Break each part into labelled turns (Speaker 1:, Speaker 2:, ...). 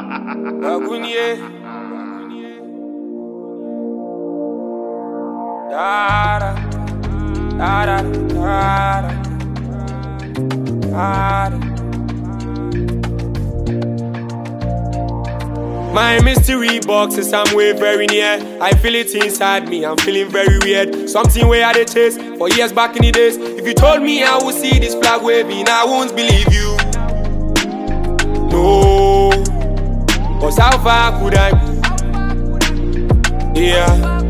Speaker 1: Bagunye. Da da da da da da da. My mystery box is somewhere very near. I feel it inside me, I'm feeling very weird. Something where I dey chase for years back in the days. If you told me I would see this flag waving, I won't believe you. No, cause how far could I be? Yeah.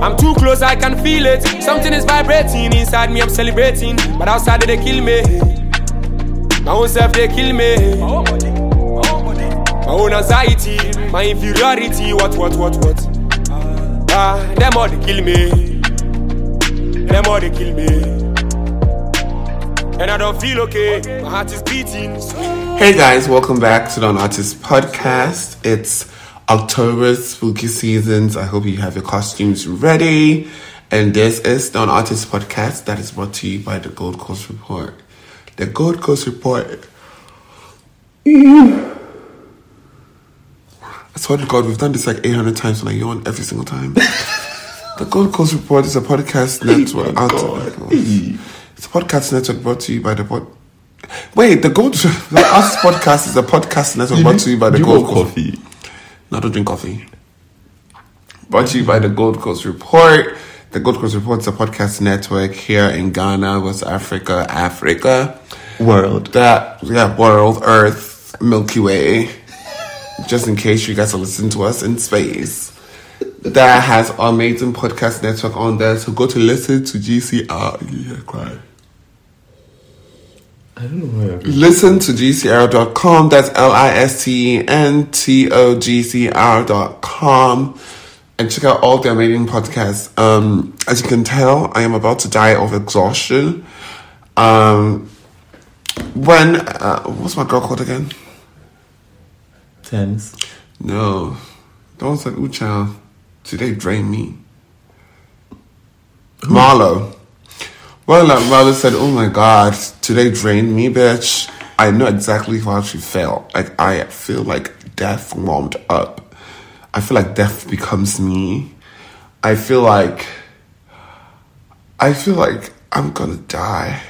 Speaker 1: I'm too close, I can feel it. Something is vibrating inside me, I'm celebrating. But outside, they kill me. My own self, they kill me. My own anxiety, my inferiority, what, what, what, what. Ah, them all they kill me. Them all they kill me. And I don't feel okay. My heart is beating.
Speaker 2: Hey guys, welcome back to the Artist Podcast. It's October spooky seasons. I hope you have your costumes ready. And this is the Artist Podcast that is brought to you by the Gold Coast Report. The Gold Coast Report. I swear to God, we've done this like 800 times, and I yawn every single time. the Gold Coast Report is a podcast network. out- It's a podcast network brought to you by the pod. Wait, the Gold the Us podcast is a podcast network brought to you by the
Speaker 3: you
Speaker 2: Gold
Speaker 3: want
Speaker 2: Coast.
Speaker 3: coffee.
Speaker 2: No, I don't drink coffee. Brought to you by the Gold Coast Report. The Gold Coast Report is a podcast network here in Ghana, West Africa, Africa.
Speaker 3: World.
Speaker 2: That, yeah, world, earth, Milky Way. Just in case you guys are listening to us in space. That has our amazing podcast network on there. So go to listen to GCR. Yeah, cry.
Speaker 3: I don't know why I agree.
Speaker 2: Listen to GCR.com. That's L I S T E N T O G C R.com. And check out all the amazing podcasts. Um, as you can tell, I am about to die of exhaustion. Um, when, uh, what's my girl called again?
Speaker 3: Thames.
Speaker 2: No. Don't say ooh child. Today drain me. Marlo. Well like Marlo said, Oh my god, today drained me, bitch. I know exactly how she felt. Like I feel like death warmed up. I feel like death becomes me. I feel like I feel like I'm gonna die,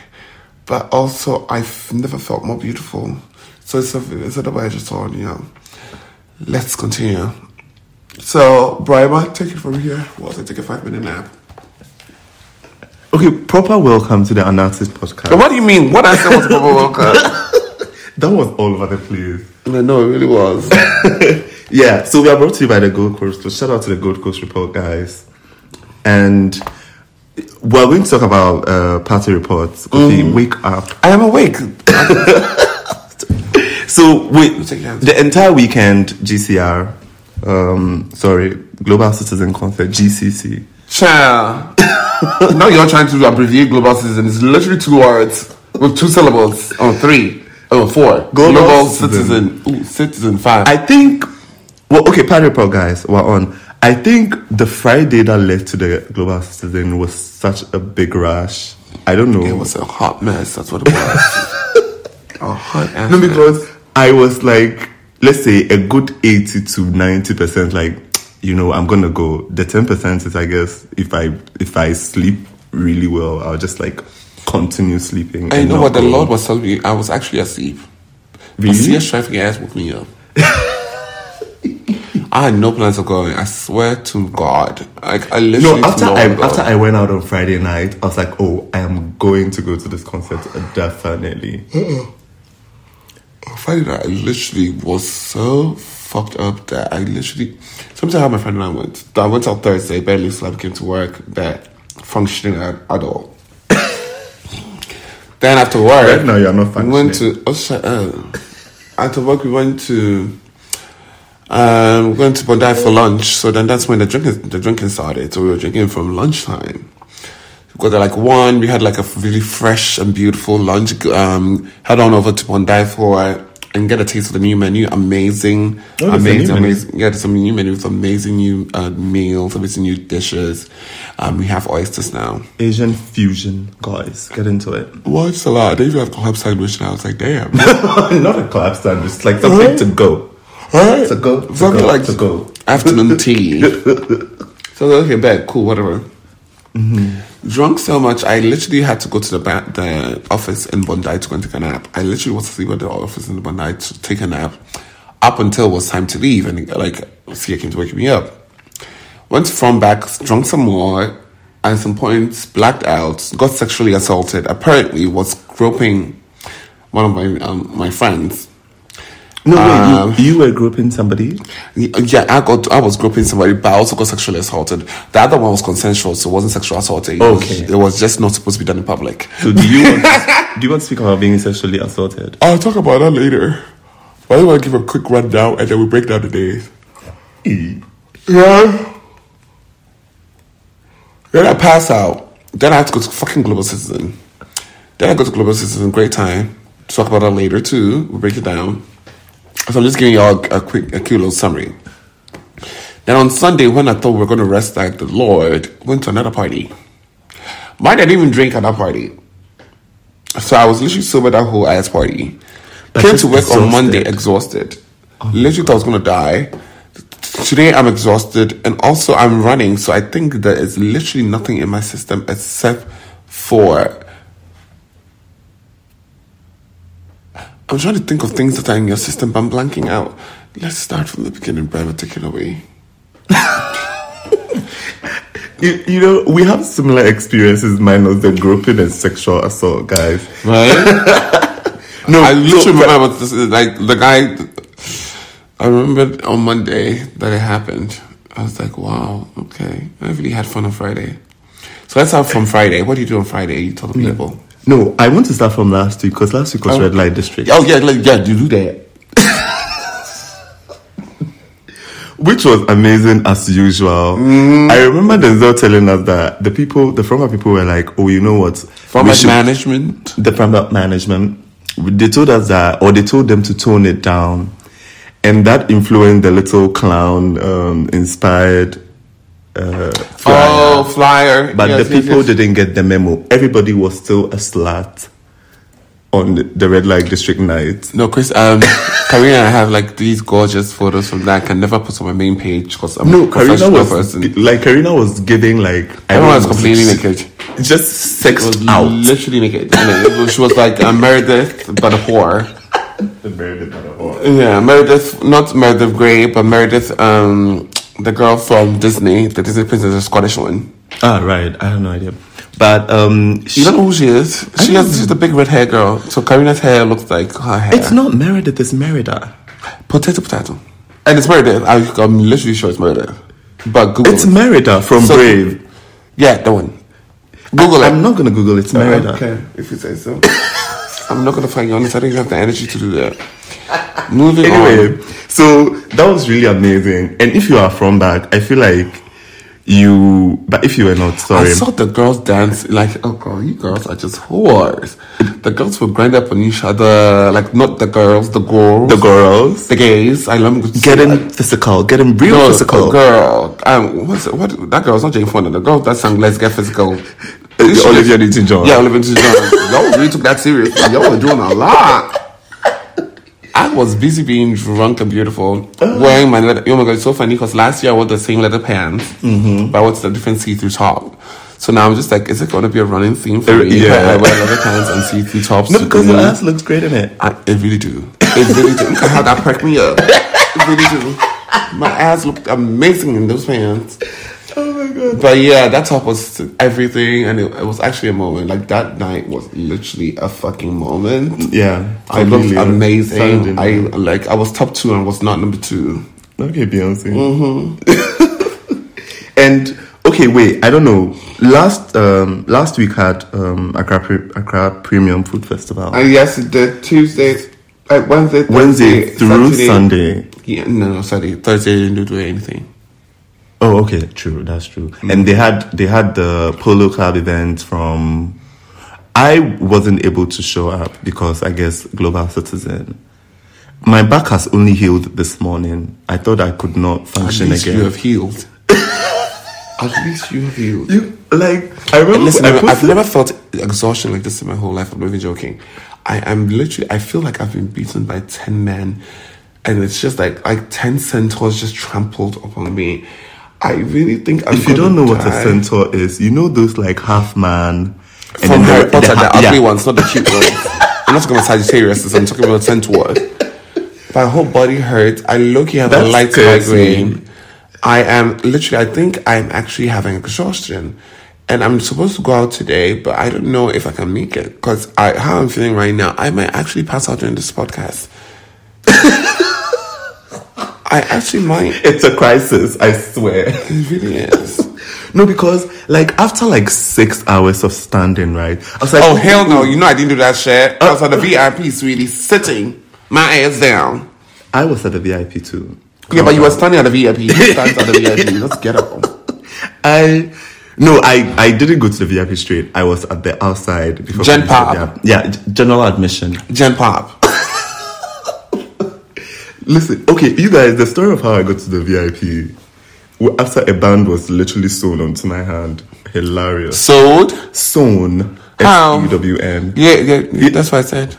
Speaker 2: but also I've never felt more beautiful. So it's a it's a just you know. Let's continue. So, Brian, take it from here. Whilst I take a five minute nap.
Speaker 3: Okay, proper welcome to the Anarchist Podcast.
Speaker 2: But what do you mean? What I said was proper welcome.
Speaker 3: That was all over the place.
Speaker 2: no, no, it really was.
Speaker 3: yeah, so we are brought to you by the Gold Coast. So shout out to the Gold Coast Report, guys. And we're going to talk about uh, party reports. Okay, wake up.
Speaker 2: I am awake.
Speaker 3: So we,
Speaker 2: take that.
Speaker 3: the entire weekend, GCR, um, sorry, Global Citizen Concert, GCC.
Speaker 2: Child. now you're trying to abbreviate global citizen. It's literally two words with two syllables. Oh, three. Oh, four.
Speaker 3: Global
Speaker 2: citizen. Ooh, citizen five.
Speaker 3: I think, well, okay, party report, guys, we're on. I think the Friday that led to the Global Citizen was such a big rush. I don't know.
Speaker 2: it was a hot mess. That's what it was. a hot ass.
Speaker 3: No, because I was like, let's say a good 80 to 90%, like, you know, I'm gonna go. The 10% is, I guess, if I if I sleep really well, I'll just like continue sleeping.
Speaker 2: I
Speaker 3: and
Speaker 2: know
Speaker 3: not
Speaker 2: what the
Speaker 3: go.
Speaker 2: Lord was telling me. I was actually asleep.
Speaker 3: Really?
Speaker 2: I see a chef ass woke me up. I had no plans of going. I swear to God. Like I
Speaker 3: No,
Speaker 2: literally
Speaker 3: after
Speaker 2: know
Speaker 3: I
Speaker 2: God.
Speaker 3: after I went out on Friday night, I was like, oh, I am going to go to this concert definitely.
Speaker 2: Friday night, I literally was so fucked up that I literally. Sometimes how my friend and I went. I went out Thursday, barely slept, came to work, that functioning at, at all. then after work,
Speaker 3: Right now, you are not
Speaker 2: We went to oh, shut up. after work. We went to um, we went to Bondi for lunch. So then that's when the drinking the drinking started. So we were drinking from lunchtime. We got there like one. We had like a really fresh and beautiful lunch. Um, head on over to Bondi for and get a taste of the new menu. Amazing,
Speaker 3: Oh, there's a new
Speaker 2: amazing,
Speaker 3: menu.
Speaker 2: amazing. Yeah, there's some new menus, amazing new uh, meals, amazing new dishes. Um, we have oysters now.
Speaker 3: Asian fusion, guys, get into it.
Speaker 2: Watch a lot. They even have club sandwich, and I was like, damn.
Speaker 3: Not a collab sandwich, it's like something to go.
Speaker 2: Right?
Speaker 3: To go, to
Speaker 2: Something
Speaker 3: go,
Speaker 2: like
Speaker 3: to go.
Speaker 2: afternoon tea. so okay, bet cool, whatever.
Speaker 3: Mm-hmm.
Speaker 2: Drunk so much, I literally had to go to the ba- the office in Bondi to go and take a nap. I literally was asleep at the office in Bondi to take a nap, up until it was time to leave, and like Sia came to wake me up. Went from back, drunk some more, at some point blacked out, got sexually assaulted. Apparently, was groping one of my um, my friends.
Speaker 3: No, wait,
Speaker 2: Um,
Speaker 3: you, you were grouping somebody?
Speaker 2: Yeah, I got I was groping somebody, but I also got sexually assaulted. The other one was consensual, so it wasn't sexual assault. It was-
Speaker 3: Okay.
Speaker 2: it was just not supposed to be done in public.
Speaker 3: So do you want to, do you want to speak about being sexually assaulted?
Speaker 2: I'll talk about that later. But I want to give a quick rundown, and then we break down the days. Yeah. Then I pass out. Then I have to go to fucking Global Citizen. Then I go to Global Citizen. Great time. Talk about that later too. We'll break it down. So I'm just giving y'all a, a quick, a cute little summary. Then on Sunday, when I thought we were going to rest like the Lord, went to another party. Mind I didn't even drink at that party. So I was literally sober that whole ass party.
Speaker 3: But
Speaker 2: Came
Speaker 3: just
Speaker 2: to work on
Speaker 3: exhausted.
Speaker 2: Monday exhausted. literally thought I was going to die. Today I'm exhausted and also I'm running. So I think there is literally nothing in my system except for I'm trying to think of things that are in your system, but I'm blanking out. Let's start from the beginning, Brad. Take it away.
Speaker 3: You, you know, we have similar experiences minus the groping and sexual assault, guys.
Speaker 2: Right?
Speaker 3: No,
Speaker 2: I literally
Speaker 3: so-
Speaker 2: remember what this is like the guy. I remember on Monday that it happened. I was like, wow, okay. I really had fun on Friday. So let's start from Friday. What do you do on Friday? You tell the people.
Speaker 3: No, I want to start from last week because last week was
Speaker 2: Oh.
Speaker 3: Red Light District,
Speaker 2: Oh, yeah, like, yeah, you do that.
Speaker 3: which was amazing as usual.
Speaker 2: Mm.
Speaker 3: I remember Denzel telling us that the people, the former people were like, oh, you know what?
Speaker 2: From
Speaker 3: We
Speaker 2: like
Speaker 3: should-
Speaker 2: management.
Speaker 3: the product management, they told us that, or they told them to tone it down. And that influenced the little clown um, inspired. Uh, flyer.
Speaker 2: Oh, flyer.
Speaker 3: But
Speaker 2: Yes,
Speaker 3: the
Speaker 2: yes,
Speaker 3: people
Speaker 2: yes.
Speaker 3: didn't get the memo. Everybody was still a slut on the- the red light district night.
Speaker 2: No, Chris, um, Karina and I have like these gorgeous photos from that. I can never post on my main page because I'm
Speaker 3: No,
Speaker 2: a professional
Speaker 3: Karina was
Speaker 2: person.
Speaker 3: like Karina was giving like I
Speaker 2: Everyone
Speaker 3: don't
Speaker 2: was
Speaker 3: know,
Speaker 2: completely
Speaker 3: just-
Speaker 2: naked.
Speaker 3: just
Speaker 2: It was
Speaker 3: sexed out.
Speaker 2: literally naked. And it was- she was like uh, Meredith, but a whore. Yeah, Meredith, not Meredith Grey, but Meredith, um, the girl from Disney, the Disney princess, the Scottish one.
Speaker 3: Ah, right. I have no idea, but um, she,
Speaker 2: You don't know who she is? She
Speaker 3: don't
Speaker 2: has,
Speaker 3: know.
Speaker 2: she's the big red hair girl. So Karina's hair looks like her hair.
Speaker 3: it's not Meredith. It's Merida.
Speaker 2: potato potato. And it's Meredith. I, I'm literally sure it's Meredith. But Google
Speaker 3: It's
Speaker 2: it.
Speaker 3: Merida from
Speaker 2: So-
Speaker 3: Brave.
Speaker 2: Yeah, that one. Google
Speaker 3: I'm
Speaker 2: it.
Speaker 3: not gonna Google. It's Merida.
Speaker 2: if you say so. I'm not gonna find you honest. I don't even have the energy to do that. Moving
Speaker 3: Anyway,
Speaker 2: on.
Speaker 3: so that was really amazing. And if you are from back, I feel like you. But if you were not,
Speaker 2: I
Speaker 3: sorry.
Speaker 2: saw the girls dance like, oh god, you girls are just whores. The girls would grind up on each other, like not the girls, the girls,
Speaker 3: the girls
Speaker 2: the gays. I love
Speaker 3: getting physical, getting real
Speaker 2: girl,
Speaker 3: physical.
Speaker 2: girl. Um, what's it, what? That girl's not Jane Fonda. The girl that sang "Let's Get Physical."
Speaker 3: Uh, Olivia Newton-John.
Speaker 2: Yeah, Olivia Newton-John. Y'all really took that seriously. Y'all were doing a lot. I was busy being drunk and beautiful, wearing my leather. Oh my god, it's so funny because last year I wore the same leather pants,
Speaker 3: Mm-hmm.
Speaker 2: but I wore a different see-through top. So now I'm just like, is it going to be a running theme for
Speaker 3: Uh,
Speaker 2: me? if
Speaker 3: yeah.
Speaker 2: I wear leather pants and see-through tops.
Speaker 3: No,
Speaker 2: to
Speaker 3: because
Speaker 2: do-
Speaker 3: your ass looks great in it.
Speaker 2: I, it really do. It really do. Look at how that perked me up. It really do. My ass looked amazing in those pants.
Speaker 3: Oh my god.
Speaker 2: But yeah, that top was everything, and it, it was actually a moment. Like that night was literally a fucking moment.
Speaker 3: Yeah,
Speaker 2: I looked
Speaker 3: really
Speaker 2: amazing.
Speaker 3: sounded
Speaker 2: I like I was top two and was not number two.
Speaker 3: Okay, Beyonce.
Speaker 2: Mm-hmm.
Speaker 3: and okay, wait. I don't know. Last um last week had um Accra Pre- Accra Premium Food Festival.
Speaker 2: And yes, the Tuesday, like Wednesday,
Speaker 3: Wednesday through Sunday.
Speaker 2: Yeah, no, no, sorry, Thursday didn't do anything.
Speaker 3: Oh, okay, true. That's true.
Speaker 2: Mm.
Speaker 3: And they had they had the polo club event from. I wasn't able to show up because I guess Global Citizen. My back has only healed this morning. I thought I could not
Speaker 2: At
Speaker 3: function
Speaker 2: least
Speaker 3: again.
Speaker 2: you have healed. At least you have healed.
Speaker 3: You- like I remember
Speaker 2: Listen,
Speaker 3: I
Speaker 2: I've, I've
Speaker 3: posted-
Speaker 2: never felt exhaustion like this in my whole life. I'm not even joking. I am literally. I feel like I've been beaten by ten men, and it's just like like ten centaurs just trampled upon me. I really think I'm.
Speaker 3: If you don't know
Speaker 2: gonna
Speaker 3: what a
Speaker 2: die.
Speaker 3: centaur is, you know those like half man and
Speaker 2: from
Speaker 3: then
Speaker 2: Harry
Speaker 3: the-
Speaker 2: Potter, the,
Speaker 3: ha-
Speaker 2: ugly
Speaker 3: yeah.
Speaker 2: ones, not the cute ones. I'm not talking about Sagittarius. I'm talking about centaur. My whole body hurts. I look. You have
Speaker 3: That
Speaker 2: a light
Speaker 3: scares me.
Speaker 2: migraine. I am literally. I think I'm actually having exhaustion, and I'm supposed to go out today, but I don't know if I can make it because I how I'm feeling right now. I might actually pass out during this podcast. I actually might.
Speaker 3: It's a crisis, I swear.
Speaker 2: It really is.
Speaker 3: no, because like after like six hours of standing, right? I was like,
Speaker 2: Oh hell no! You know I didn't do that shit. I was on the VIP, sweetie, sitting my ass down.
Speaker 3: I was at the VIP too.
Speaker 2: Yeah, but you were standing at the VIP. You stand at the VIP. Let's get up.
Speaker 3: I no, I I didn't go to the VIP straight. I was at the outside before.
Speaker 2: Gen
Speaker 3: going to the
Speaker 2: Pop.
Speaker 3: VIP. yeah, g- general admission.
Speaker 2: Gen Pop.
Speaker 3: Listen, okay, you guys, the story of how I got to the VIP w- after a band was literally sewn onto my hand, hilarious.
Speaker 2: Sold.
Speaker 3: Sewn. E
Speaker 2: How?
Speaker 3: S-E-W-N.
Speaker 2: Yeah, yeah, yeah, that's what I said.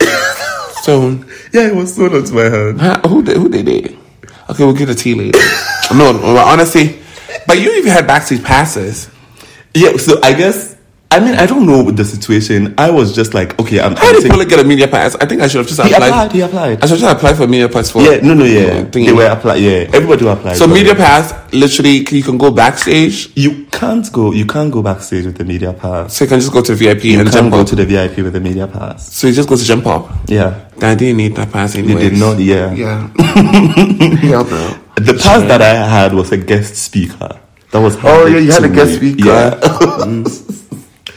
Speaker 2: Soon.
Speaker 3: Yeah, it was sewn onto my hand.
Speaker 2: Huh? Who did, who did it? Okay, we'll get a tea later. no, no, honestly, but you even had backseat passes.
Speaker 3: Yeah, so I guess I mean I don't know the situation. I was just like, okay, I'm.
Speaker 2: How
Speaker 3: I'm
Speaker 2: did
Speaker 3: taking-
Speaker 2: Paula get a media pass? I think I should have just
Speaker 3: He
Speaker 2: applied.
Speaker 3: applied, he applied.
Speaker 2: I should have just applied for a media pass for.
Speaker 3: yeah, no, no, yeah,
Speaker 2: thingy.
Speaker 3: they were applied. Yeah, everybody were applied.
Speaker 2: So
Speaker 3: but-
Speaker 2: media pass, literally, you can go backstage.
Speaker 3: You can't go. You can't go backstage with the media pass.
Speaker 2: So you can just go to VIP
Speaker 3: You
Speaker 2: and
Speaker 3: can't
Speaker 2: jump
Speaker 3: go
Speaker 2: up.
Speaker 3: to the VIP with the media pass.
Speaker 2: so you just go to jump up.
Speaker 3: Yeah,
Speaker 2: I didn't need that pass
Speaker 3: you
Speaker 2: anyway.
Speaker 3: did not. Yeah.
Speaker 2: Yeah. Hell no.
Speaker 3: the pass that I had was a guest speaker. That was
Speaker 2: Oh, yeah,
Speaker 3: handed
Speaker 2: you had
Speaker 3: to
Speaker 2: a guest
Speaker 3: me.
Speaker 2: speaker.
Speaker 3: Yeah,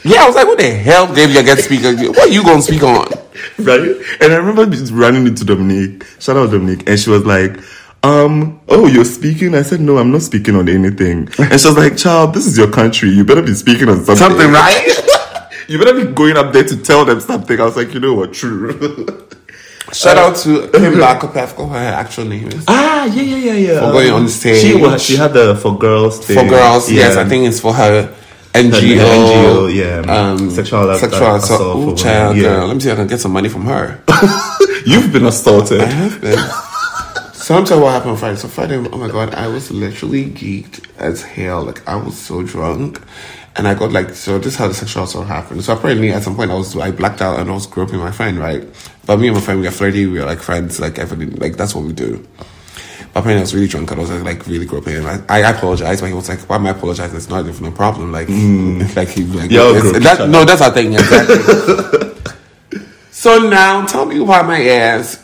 Speaker 2: Yeah, I was like, what the hell gave you a guest speaker? What you gonna speak on?
Speaker 3: right. And I remember just running into Dominique. Shout out Dominique, and she was like. Um, oh, you're speaking? I said, no, I'm not speaking on anything. And she was like, child, this is your country. You better be speaking on something.
Speaker 2: Something, right?
Speaker 3: you better be going up there to tell them something. I was like, you know what? True.
Speaker 2: Shout out to Kim Lakopev, what her actual name is.
Speaker 3: Ah, yeah, yeah, yeah, yeah.
Speaker 2: For going on stage.
Speaker 3: She was. She had the for girls. Thing.
Speaker 2: For girls,
Speaker 3: Yeah.
Speaker 2: yes, I think it's for her NGO,
Speaker 3: NGO, yeah,
Speaker 2: um,
Speaker 3: sexual a-
Speaker 2: sexual assault.
Speaker 3: assault for
Speaker 2: Ooh,
Speaker 3: women,
Speaker 2: child,
Speaker 3: yeah.
Speaker 2: girl, let me see if I can get some money from her.
Speaker 3: you've been assaulted.
Speaker 2: I have been. So I'm telling you what happened on Friday. So Friday, oh my god, I was literally geeked as hell. Like I was so drunk, and I got like so. This is how the sexual assault happened. So apparently, at some point, I was I blacked out and I was groping my friend, right? But me and my friend, we are flirty. We are like friends. Like everything. Like that's what we do. But apparently, I was really drunk and I was like, like really groping. And I, I apologized, but he was like, "Why am I apologizing? It's not even a problem." Like, like he like
Speaker 3: Y'all
Speaker 2: it's-
Speaker 3: groped each
Speaker 2: that,
Speaker 3: other.
Speaker 2: no, that's our thing. yeah, Exactly. so now, tell me why my ass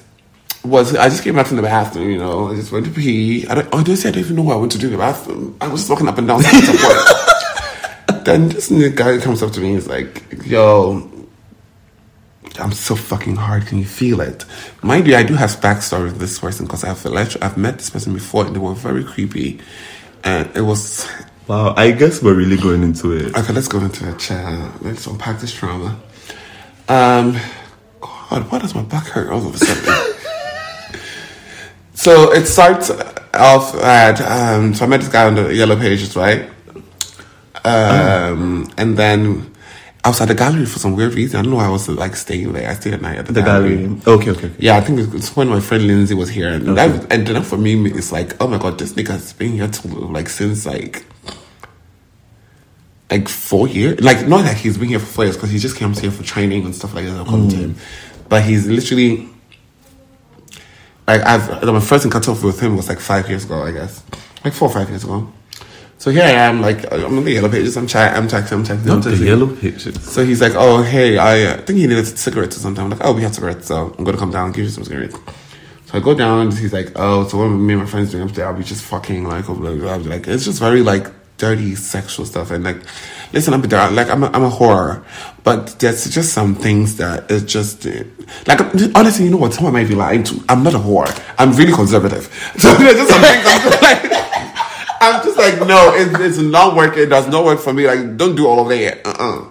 Speaker 2: was I just came out from the bathroom, you know. I just went to pee. I don't, honestly, I don't even know what I went to do in the bathroom. I was just walking up and down. stairs at work. then this new guy comes up to me. He's like, "Yo, I'm so fucking hard. Can you feel it?" Mind you, I do have backstory with this person because I've elect- I've met this person before, and they were very creepy. And it was
Speaker 3: Wow, I guess we're really going into it.
Speaker 2: okay. Let's go into a chat. Let's unpack this trauma. Um, God, why does my back hurt all of a sudden? So it starts off at um, so I met this guy on the yellow pages, right? Um, and then I was at the gallery for some weird reason. I don't know why I was like staying there. I stayed at night at the,
Speaker 3: The gallery. Okay, okay, okay.
Speaker 2: Yeah, I think it's when my friend Lindsay was here, and that and then for me it's like, oh my god, this nigga's been here till like since like like four years. Like not that he's been here for four years because he just came here for training and stuff like that.
Speaker 3: Mm.
Speaker 2: According to him, but he's literally like I've my first encounter with him was like five years ago, I guess, like four or five years ago. So here I am, like I'm on the yellow pages. I'm chatting, I'm texting, I'm texting, I'm
Speaker 3: Not the
Speaker 2: texting.
Speaker 3: yellow pages.
Speaker 2: So he's like, oh, hey, I uh, think he needed cigarettes or something. I'm like, oh, we have cigarettes, so I'm going to come down and give you some cigarettes. So I go down, and he's like, oh, so what me and my friends doing up there? I'll be just fucking, like, oh, blah, blah, blah. like it's just very, like, dirty sexual stuff. And, like, listen, I'm a, dar- like, I'm a, I'm a horror, but there's just some things that it just, uh, like, honestly, you know what? Someone might be lying to. I'm not a whore. I'm really conservative. So there's just some things I'm just like, I'm just like, no, it's, it's not working. It does not work for me. Like, don't do all of that. Uh-uh.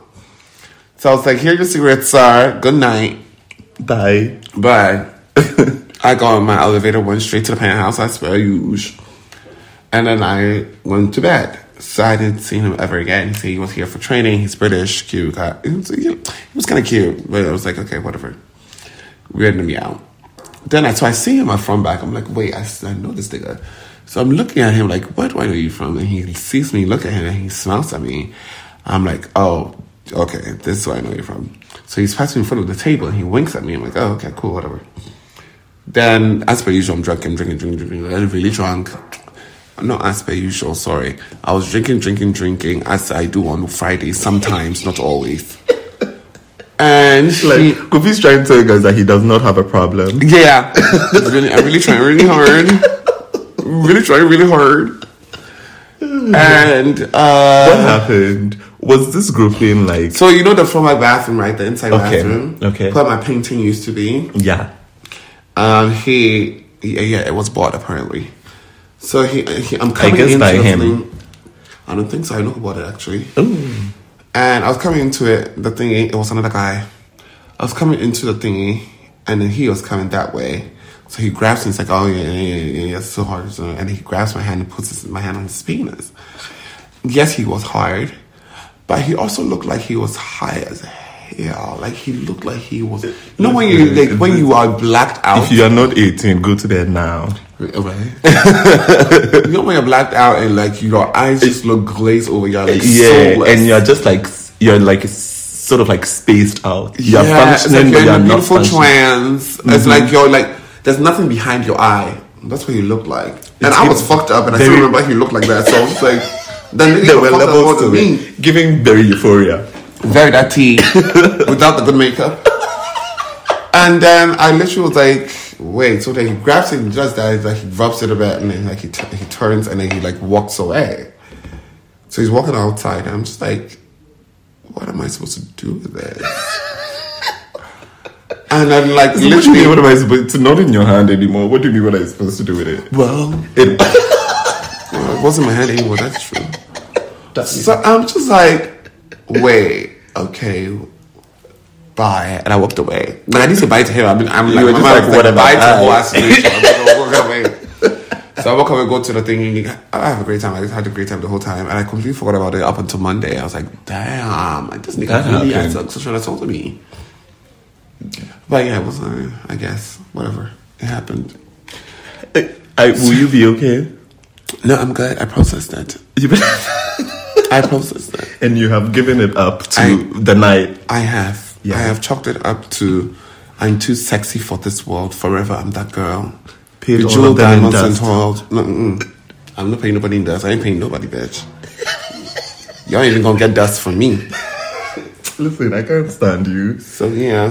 Speaker 2: So I was like, here your cigarettes are. Good night.
Speaker 3: Bye.
Speaker 2: Bye. I got on my elevator, went straight to the penthouse as per usual. And then I went to bed. So I didn't see him ever again. So he was here for training. He's British, cute guy. He was, he was kind of cute, but I was like, okay, whatever. Weird him out. Then I, so I see him at front back. I'm like, wait, I, s- I know this nigga. So I'm looking at him like, where do I know you from? And he sees me look at him and he smiles at me. I'm like, oh, okay, this is where I know you from. So he's passing in front of the table and he winks at me. I'm like, oh, okay, cool, whatever. Then, as per usual, I'm drunk. I'm drinking, drinking, drinking. I'm really drunk. Not as per usual, sorry. I was drinking, drinking, drinking, as I do on Fridays, sometimes, not always. And
Speaker 3: Like,
Speaker 2: he-
Speaker 3: Kofi's trying to tell us that he does not have a problem.
Speaker 2: yeah, I'm really, I'm really trying really hard. Really trying really hard. And
Speaker 3: What
Speaker 2: uh,
Speaker 3: happened? Was this grouping like,
Speaker 2: so you know the from my bathroom, right? The inside
Speaker 3: Okay,
Speaker 2: bathroom.
Speaker 3: okay.
Speaker 2: Where my painting used to be.
Speaker 3: yeah,
Speaker 2: Um, he, yeah, yeah, it was bought apparently. So he, he I'm coming
Speaker 3: guess
Speaker 2: into
Speaker 3: by
Speaker 2: the
Speaker 3: him.
Speaker 2: thing- I don't think so. I know about it actually. And I was coming into it. The thingy, it was another guy. I was coming into the thingy, and then he was coming that way. So he grabs me. He's like, "Oh yeah, yeah, yeah, yeah it's so hard." So, and he grabs my hand and puts his, my hand on his penis. Yes, he was hard, but he also looked like he was high as hell. Like he looked like he was. You know when you like when you are blacked out.
Speaker 3: if you are not 18, go to bed now.
Speaker 2: Right. you know when you're blacked out and like your eyes just look glazed over, you're like
Speaker 3: yeah,
Speaker 2: soulless.
Speaker 3: and you're just like, you're like, s- sort of like spaced out. You're
Speaker 2: Yeah, it's like
Speaker 3: functioning,
Speaker 2: you're
Speaker 3: but
Speaker 2: in
Speaker 3: you're
Speaker 2: a
Speaker 3: not
Speaker 2: beautiful
Speaker 3: functioning. Mm-hmm.
Speaker 2: trance. It's like you're like there's nothing behind your eye. That's what you look like. And
Speaker 3: It's
Speaker 2: I was
Speaker 3: even-
Speaker 2: fucked up, and I
Speaker 3: very-
Speaker 2: still remember he looked like that. So I was like, then nigga
Speaker 3: There
Speaker 2: was
Speaker 3: were
Speaker 2: fucked up more
Speaker 3: levels
Speaker 2: than
Speaker 3: to
Speaker 2: me.
Speaker 3: it, giving very euphoria.
Speaker 2: very dirty without the good makeup. And then I literally was like, wait, so then he grabs it, he does that, he's like, he rubs it a bit, and then like he, t- he turns and then he like walks away. So he's walking outside, and I'm just like, what am I supposed to do with this? and I'm like,
Speaker 3: What do you mean? What
Speaker 2: literally,
Speaker 3: am I supposed? It's not in your hand anymore. What do you mean? What am I supposed to do with it?
Speaker 2: well,
Speaker 3: It-
Speaker 2: Well, it wasn't my hand anymore. That's true. so I'm just like, wait, okay, bye, and I walked away. But I didn't say bye to him. I mean, I'm like,
Speaker 3: were
Speaker 2: my
Speaker 3: just
Speaker 2: mind
Speaker 3: like,
Speaker 2: was
Speaker 3: whatever,
Speaker 2: Bye to the whole
Speaker 3: bye.
Speaker 2: ass situation. I'm gonna walk away. So I walk away, go to the thing. I have a great time. I just had a great time the whole time, and I completely forgot about it up until Monday. I was like, damn, like this
Speaker 3: That
Speaker 2: nigga really had
Speaker 3: happened.
Speaker 2: sex- sexual assault to me. But yeah, it was. Uh, I guess whatever. It happened.
Speaker 3: I, will you be okay?
Speaker 2: No, I'm glad I processed that.
Speaker 3: You be-
Speaker 2: I processed that.
Speaker 3: and you have given it up to
Speaker 2: I-
Speaker 3: the night.
Speaker 2: I have.
Speaker 3: Yeah.
Speaker 2: I have chalked it up to I'm too sexy for this world forever. I'm that girl.
Speaker 3: Paid all of
Speaker 2: Bejeweled
Speaker 3: them in
Speaker 2: diamonds and
Speaker 3: dust.
Speaker 2: toiled. No, mm-mm. I'm not paying nobody in dust. I ain't paying nobody, bitch. Y'all ain't even gonna get dust from me.
Speaker 3: Listen, I can't stand you.
Speaker 2: So yeah,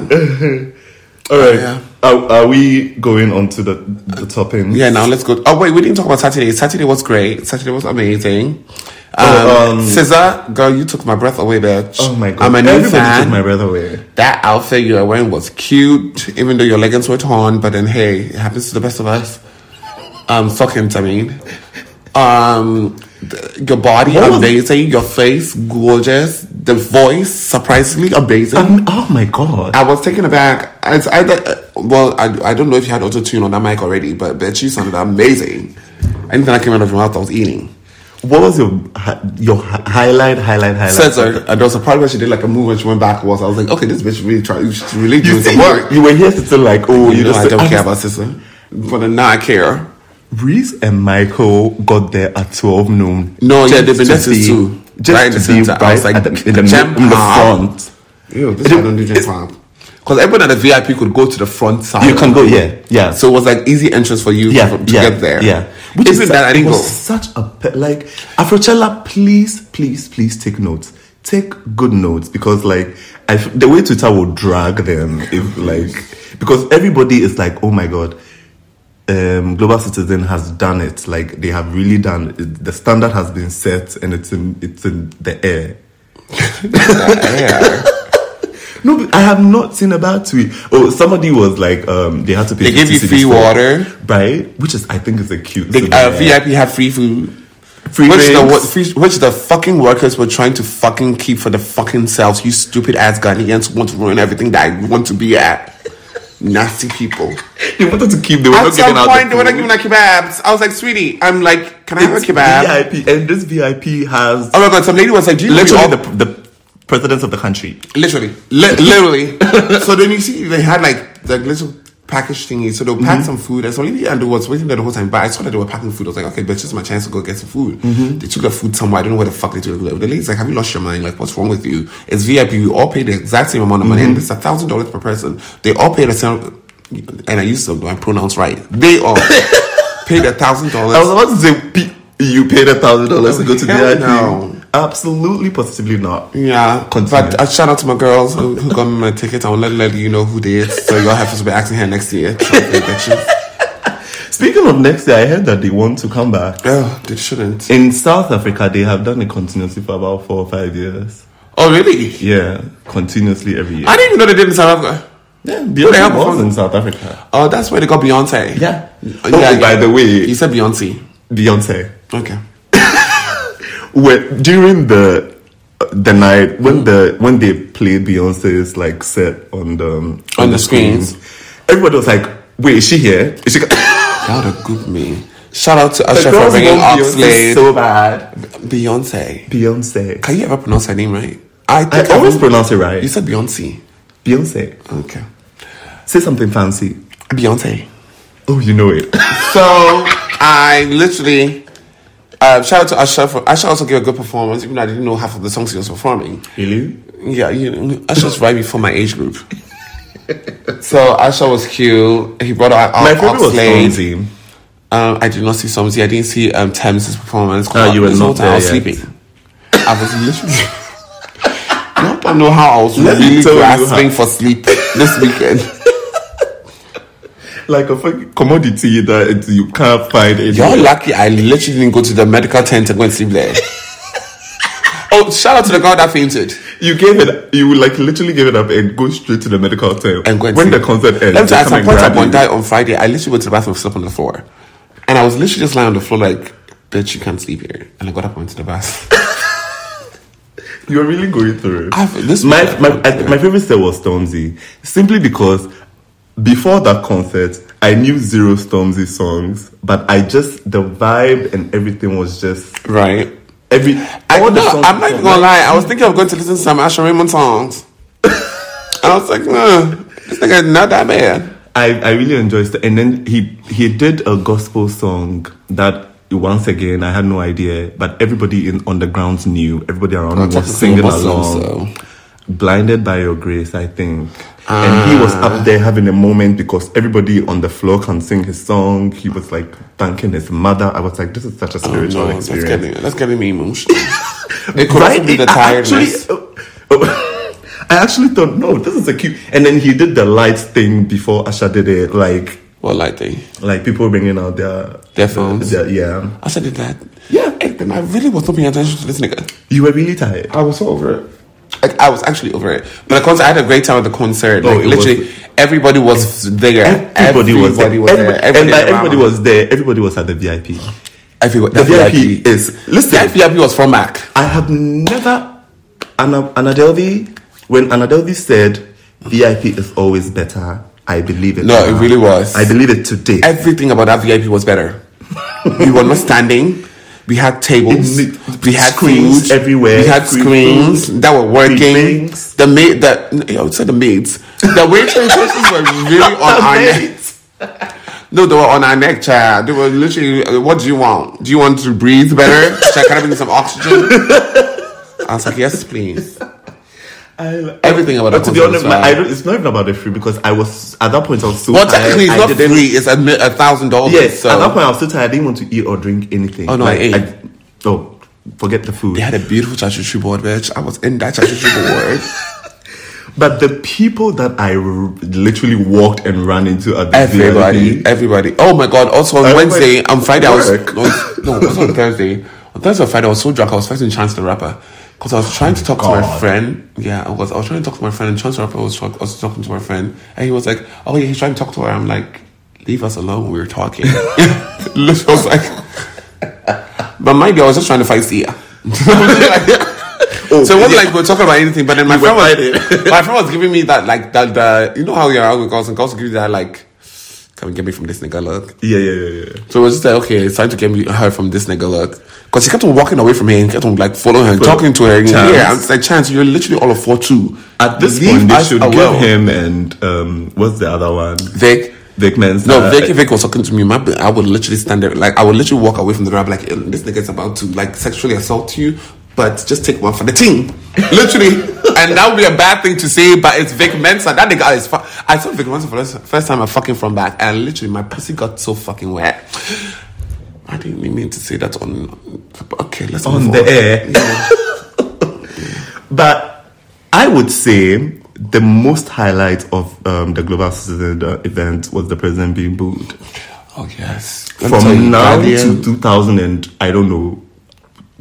Speaker 3: All right,
Speaker 2: Yeah.
Speaker 3: are, are we going on to the the topping?
Speaker 2: yeah. Now let's go. Oh wait, we didn't talk about Saturday. Saturday was great. Saturday was amazing. Um,
Speaker 3: Oh, um,
Speaker 2: Scissor, girl, you took my breath away, bitch.
Speaker 3: Oh my god!
Speaker 2: I'm a new
Speaker 3: Everybody
Speaker 2: fan.
Speaker 3: took my breath away.
Speaker 2: That outfit you were wearing was cute, even though your leggings were torn. But then, hey, it happens to the best of us. Um, suckings, I mean. Um, th- your body
Speaker 3: What was-
Speaker 2: amazing, your face gorgeous, the voice surprisingly amazing.
Speaker 3: Um, oh my god!
Speaker 2: I was taken aback. It's either uh, well, I, I don't know if you had auto tune on that mic already, but bitch, you sounded amazing. Anything that came out of your mouth, I was eating.
Speaker 3: what was your hi- your hi- highlight? Highlight? Highlight?
Speaker 2: Cesar, and there was a part where she did like a move when she went backwards. I was like, okay, this bitch really trying, she's really
Speaker 3: You,
Speaker 2: doing some
Speaker 3: see,
Speaker 2: work.
Speaker 3: you were here to say like, oh,
Speaker 2: You,
Speaker 3: you,
Speaker 2: know,
Speaker 3: just
Speaker 2: I don't
Speaker 3: I
Speaker 2: care
Speaker 3: just-
Speaker 2: about sister. But then now I care.
Speaker 3: Reese and Michael got there at 12 noon.
Speaker 2: No, yeah,
Speaker 3: Just
Speaker 2: they've been
Speaker 3: to
Speaker 2: there since
Speaker 3: be-
Speaker 2: two.
Speaker 3: Just
Speaker 2: Right in
Speaker 3: to
Speaker 2: the
Speaker 3: be
Speaker 2: center. I
Speaker 3: right
Speaker 2: was like,
Speaker 3: at the, in the,
Speaker 2: jam
Speaker 3: in the
Speaker 2: packed.
Speaker 3: front.
Speaker 2: Ew, this I don't do drink Because everyone at the VIP could go to the front side.
Speaker 3: You can go, yeah, yeah.
Speaker 2: So it was like easy entrance for you
Speaker 3: yeah,
Speaker 2: to, to
Speaker 3: yeah,
Speaker 2: get there.
Speaker 3: Yeah.
Speaker 2: Which isn't
Speaker 3: su-
Speaker 2: that I
Speaker 3: it
Speaker 2: didn't
Speaker 3: was
Speaker 2: go.
Speaker 3: such a pe- like Afrochella. Please, please, please take notes. Take good notes because like I f- the way Twitter will drag them if like because everybody is like, oh my god. Um, Global Citizen has done it. Like they have really done it. The standard has been set, and it's in it's in the air.
Speaker 2: Yeah.
Speaker 3: No, but I have not seen a bad tweet. Oh, somebody was like, um, they had to pay.
Speaker 2: They give you
Speaker 3: 50
Speaker 2: free
Speaker 3: cedis for-
Speaker 2: water.
Speaker 3: right? Which is, I think, is a cute.
Speaker 2: The uh,
Speaker 3: souvenir.
Speaker 2: VIP had free food.
Speaker 3: Free
Speaker 2: which the,
Speaker 3: drinks.
Speaker 2: wo- free- which the fucking workers were trying to fucking keep for the fucking selves. You stupid ass Ghanaians who want to ruin everything that I want to be at. nasty people.
Speaker 3: They wanted to keep. They were
Speaker 2: At
Speaker 3: not
Speaker 2: some
Speaker 3: giving out
Speaker 2: point,
Speaker 3: the
Speaker 2: they were not
Speaker 3: food.
Speaker 2: giving out kebabs. I was like, sweetie, I'm like, can I have a
Speaker 3: It's
Speaker 2: kebab?
Speaker 3: VIP, and this VIP has
Speaker 2: Oh my god, some lady was like, do you know we
Speaker 3: literally
Speaker 2: all-
Speaker 3: the, the presidents of the country.
Speaker 2: Literally, li- literally. so then you see they had like the little package thingy. So they packed
Speaker 3: Mm-hmm.
Speaker 2: some food, and so lady and was waiting there the whole time. But I saw that they were packing food. I was like, okay, but it's just my chance to go get some food.
Speaker 3: Mm-hmm.
Speaker 2: They took the food somewhere. I don't know where the fuck they took it. The lady's like, have you lost your mind? Like, what's wrong with you? It's VIP. We all pay the exact same amount of
Speaker 3: Mm-hmm.
Speaker 2: money, and it's a thousand dollars per person. They all pay the same. And I used to my pronouns right. They all paid a thousand
Speaker 3: I was
Speaker 2: dollars.
Speaker 3: about to say P- you paid a thousand dollars to go to
Speaker 2: hell
Speaker 3: VIP.
Speaker 2: no.
Speaker 3: Absolutely, positively not.
Speaker 2: Yeah,
Speaker 3: Continue.
Speaker 2: but I shout out to my girls who, who got me my tickets. I will let let you know who they is, so y'all have to be asking her next year. Oh,
Speaker 3: Speaking of next year, I heard that they want to come back.
Speaker 2: they shouldn't.
Speaker 3: In South Africa, they have done it continuously for about four or five years.
Speaker 2: Oh, really?
Speaker 3: Yeah, continuously every year.
Speaker 2: I didn't even know they did in South Africa.
Speaker 3: yeah,
Speaker 2: they have
Speaker 3: Beyonce was
Speaker 2: performed-
Speaker 3: in South Africa.
Speaker 2: Oh, that's where they got Beyonce.
Speaker 3: Yeah.
Speaker 2: Oh,
Speaker 3: Oh,
Speaker 2: yeah, yeah.
Speaker 3: by the way,
Speaker 2: You said Beyonce.
Speaker 3: Beyonce.
Speaker 2: Okay.
Speaker 3: when during the the night when the when they played Beyonce's like set on the on,
Speaker 2: the screens.
Speaker 3: everybody was like, "Wait, is she here?" Is she?" the
Speaker 2: That would have gooped me. Shout out to Usher for
Speaker 3: girls
Speaker 2: bringing
Speaker 3: want
Speaker 2: Oxlade.
Speaker 3: Beyonce so bad.
Speaker 2: Beyonce.
Speaker 3: Beyonce.
Speaker 2: Can you ever pronounce her name right? I,
Speaker 3: I
Speaker 2: think
Speaker 3: always
Speaker 2: always.
Speaker 3: pronounce it right.
Speaker 2: You said Beyonce.
Speaker 3: Beyonce.
Speaker 2: Okay.
Speaker 3: Say something fancy.
Speaker 2: Beyonce.
Speaker 3: Oh, you know it.
Speaker 2: So I literally uh, shout out to Usher for Usher also gave a good performance, even though I didn't know half of the songs he was performing.
Speaker 3: really?
Speaker 2: Yeah, you know, Usher's right before my age group. so Usher was cute. He brought out
Speaker 3: My
Speaker 2: my
Speaker 3: favorite was
Speaker 2: Oxlade.
Speaker 3: Stormzy.
Speaker 2: Um, I did not see Somzy. I didn't see um, Thames' performance.
Speaker 3: Oh, you were
Speaker 2: This whole
Speaker 3: not
Speaker 2: time I was
Speaker 3: there yet.
Speaker 2: sleeping. I was literally. I don't know how I was
Speaker 3: Let me
Speaker 2: really
Speaker 3: tell you how-
Speaker 2: grasping for sleep this weekend.
Speaker 3: Like a fucking commodity that it- you can't find
Speaker 2: Y'all
Speaker 3: anywhere.
Speaker 2: lucky I literally didn't go to the medical tent to go and sleep there. oh, shout out to the girl that fainted.
Speaker 3: You gave it. You like literally gave it up and go straight to the medical tent.
Speaker 2: And go and
Speaker 3: when the
Speaker 2: sleep.
Speaker 3: concert ends,
Speaker 2: Let me
Speaker 3: they
Speaker 2: tell you,
Speaker 3: come
Speaker 2: at some
Speaker 3: and
Speaker 2: point
Speaker 3: grab
Speaker 2: upon
Speaker 3: you.
Speaker 2: that on Friday, I literally went to the bathroom and slept on the floor. And I was literally just lying on the floor like, bitch, you can't sleep here. And I got up and went to the bath.
Speaker 3: You're really going through it.
Speaker 2: I've- this-
Speaker 3: my my I, my favorite set was Stormzy, simply because before that concert, I knew zero Stormzy songs, but I just the vibe and everything was just
Speaker 2: right.
Speaker 3: every.
Speaker 2: I,
Speaker 3: all
Speaker 2: no,
Speaker 3: the songs
Speaker 2: I'm not even
Speaker 3: were
Speaker 2: gonna lie. I was thinking of going to listen to some Asher Raymond songs. I was like, nah, this nigga not that bad.
Speaker 3: I, I really enjoyed it. And then he he did a gospel song that once again I had no idea, but everybody in on the grounds knew. Everybody around
Speaker 2: That's
Speaker 3: me
Speaker 2: like a
Speaker 3: was singing
Speaker 2: famous song,
Speaker 3: along.
Speaker 2: so.
Speaker 3: Blinded by your grace, I think. And he was
Speaker 2: Ah.
Speaker 3: up there having a moment because everybody on the floor can sing his song. He was like thanking his mother. I was like, this is such a
Speaker 2: Oh, No,
Speaker 3: spiritual
Speaker 2: that's
Speaker 3: experience.
Speaker 2: getting, that's getting me emotional. It could also
Speaker 3: Right?
Speaker 2: be the
Speaker 3: I
Speaker 2: tiredness.
Speaker 3: Actually, oh, I actually thought, no, this is a cute. And then he did the lights thing before Asha did it. Like,
Speaker 2: What light thing?
Speaker 3: like people bringing out their
Speaker 2: Their phones?
Speaker 3: their- yeah,
Speaker 2: I said that.
Speaker 3: Yeah.
Speaker 2: And then I really was not paying attention to this nigga.
Speaker 3: you were really tired.
Speaker 2: I was so over it. Like I was actually over it. But the concert, I had a great time at the concert.
Speaker 3: Oh,
Speaker 2: Like
Speaker 3: it
Speaker 2: literally,
Speaker 3: was-
Speaker 2: everybody was there.
Speaker 3: Everybody, was there. Everybody- and by everybody
Speaker 2: around.
Speaker 3: was there. Everybody was at the VIP.
Speaker 2: Everybody,
Speaker 3: The VIP is listen.
Speaker 2: That VIP was from Mac.
Speaker 3: I have never Anna Anna Delvey when Anna Delvey said VIP is always better. I believe it.
Speaker 2: No, it
Speaker 3: now.
Speaker 2: really was.
Speaker 3: I believe it today.
Speaker 2: Everything about that VIP was better. we were not standing. We had tables.
Speaker 3: It ma-
Speaker 2: we had
Speaker 3: screens
Speaker 2: food.
Speaker 3: everywhere,
Speaker 2: We had
Speaker 3: free
Speaker 2: screens
Speaker 3: food,
Speaker 2: that were
Speaker 3: free
Speaker 2: working.
Speaker 3: drinks.
Speaker 2: The maid, the I would say the maids, the waitresses were really on our neck. No, they were on our neck, child. They were literally, uh, what do you want? Do you want to breathe better? Should I kind of bring some oxygen? I was like, yes, please.
Speaker 3: I-
Speaker 2: Everything about
Speaker 3: But
Speaker 2: the
Speaker 3: to be
Speaker 2: concert
Speaker 3: honest,
Speaker 2: was
Speaker 3: my, I
Speaker 2: fine.
Speaker 3: don't, it's not even about the free because I was at that point I was so
Speaker 2: Well,
Speaker 3: tired.
Speaker 2: technically, it's
Speaker 3: I
Speaker 2: not
Speaker 3: didn't-
Speaker 2: free. It's a mi- a thousand dollars.
Speaker 3: Yes,
Speaker 2: so.
Speaker 3: at that point I was so tired. I didn't want to eat or drink anything.
Speaker 2: Oh, no, I ate.
Speaker 3: oh, forget the food.
Speaker 2: They had a beautiful charcuterie board, bitch. I was in that charcuterie board.
Speaker 3: But the people that I r- literally walked and ran into at the
Speaker 2: Everybody,
Speaker 3: VIP,
Speaker 2: everybody. Oh my god! Also on
Speaker 3: Everybody
Speaker 2: Wednesday, on Friday, I was
Speaker 3: work.
Speaker 2: no, it- no, it was on Thursday. On Thursday or Friday, I was so drunk, I was fighting Chance the Rapper because I was trying to talk to my
Speaker 3: Oh God.
Speaker 2: friend. Yeah, I was. I was trying to talk to my friend, and Chance the Rapper was, talk, was talking to my friend, and he was like, "Oh yeah, he's trying to talk to her." I'm like, "Leave us alone. We were talking." I was like, but mind you, I was just trying to fight Sia.
Speaker 3: Oh,
Speaker 2: so it wasn't
Speaker 3: yeah.
Speaker 2: like we were talking about anything, but then my
Speaker 3: We
Speaker 2: friend
Speaker 3: were
Speaker 2: was
Speaker 3: fighting.
Speaker 2: my friend was giving me that like that the you know how you're out with girls and girls give you that like come and get me from this nigga look.
Speaker 3: yeah, yeah, yeah, yeah.
Speaker 2: So it was just like, okay, it's time to get me her from this nigga look. Because he kept on walking away from her and kept on like following her and talking to her. And
Speaker 3: Chance.
Speaker 2: yeah, I'm just like, Chance, you're literally all of 4 2.
Speaker 3: At this
Speaker 2: Leave
Speaker 3: point, they
Speaker 2: us
Speaker 3: should
Speaker 2: alone.
Speaker 3: give him and um, what's the other one?
Speaker 2: Vic.
Speaker 3: Vic Mensa. Uh,
Speaker 2: No, Vic, if Vic was talking to me, my, I would literally stand there, like, I would literally walk away from the door, I'd be like, "Eh, this nigga's about to, like, sexually assault you, but just take one for the team. literally. And that would be a bad thing to say, but it's Vic Mensa. That nigga is, fu- I saw Vic Mensa for the first- first time I fucking from back, and literally, my pussy got so fucking wet. I didn't even mean to say that on, okay, let's
Speaker 3: on
Speaker 2: move
Speaker 3: the air. but I would say the most highlight of um, the Global Citizen event was the president being booed.
Speaker 2: Oh, yes.
Speaker 3: From now to
Speaker 2: Guardian-
Speaker 3: 2000 and I don't know,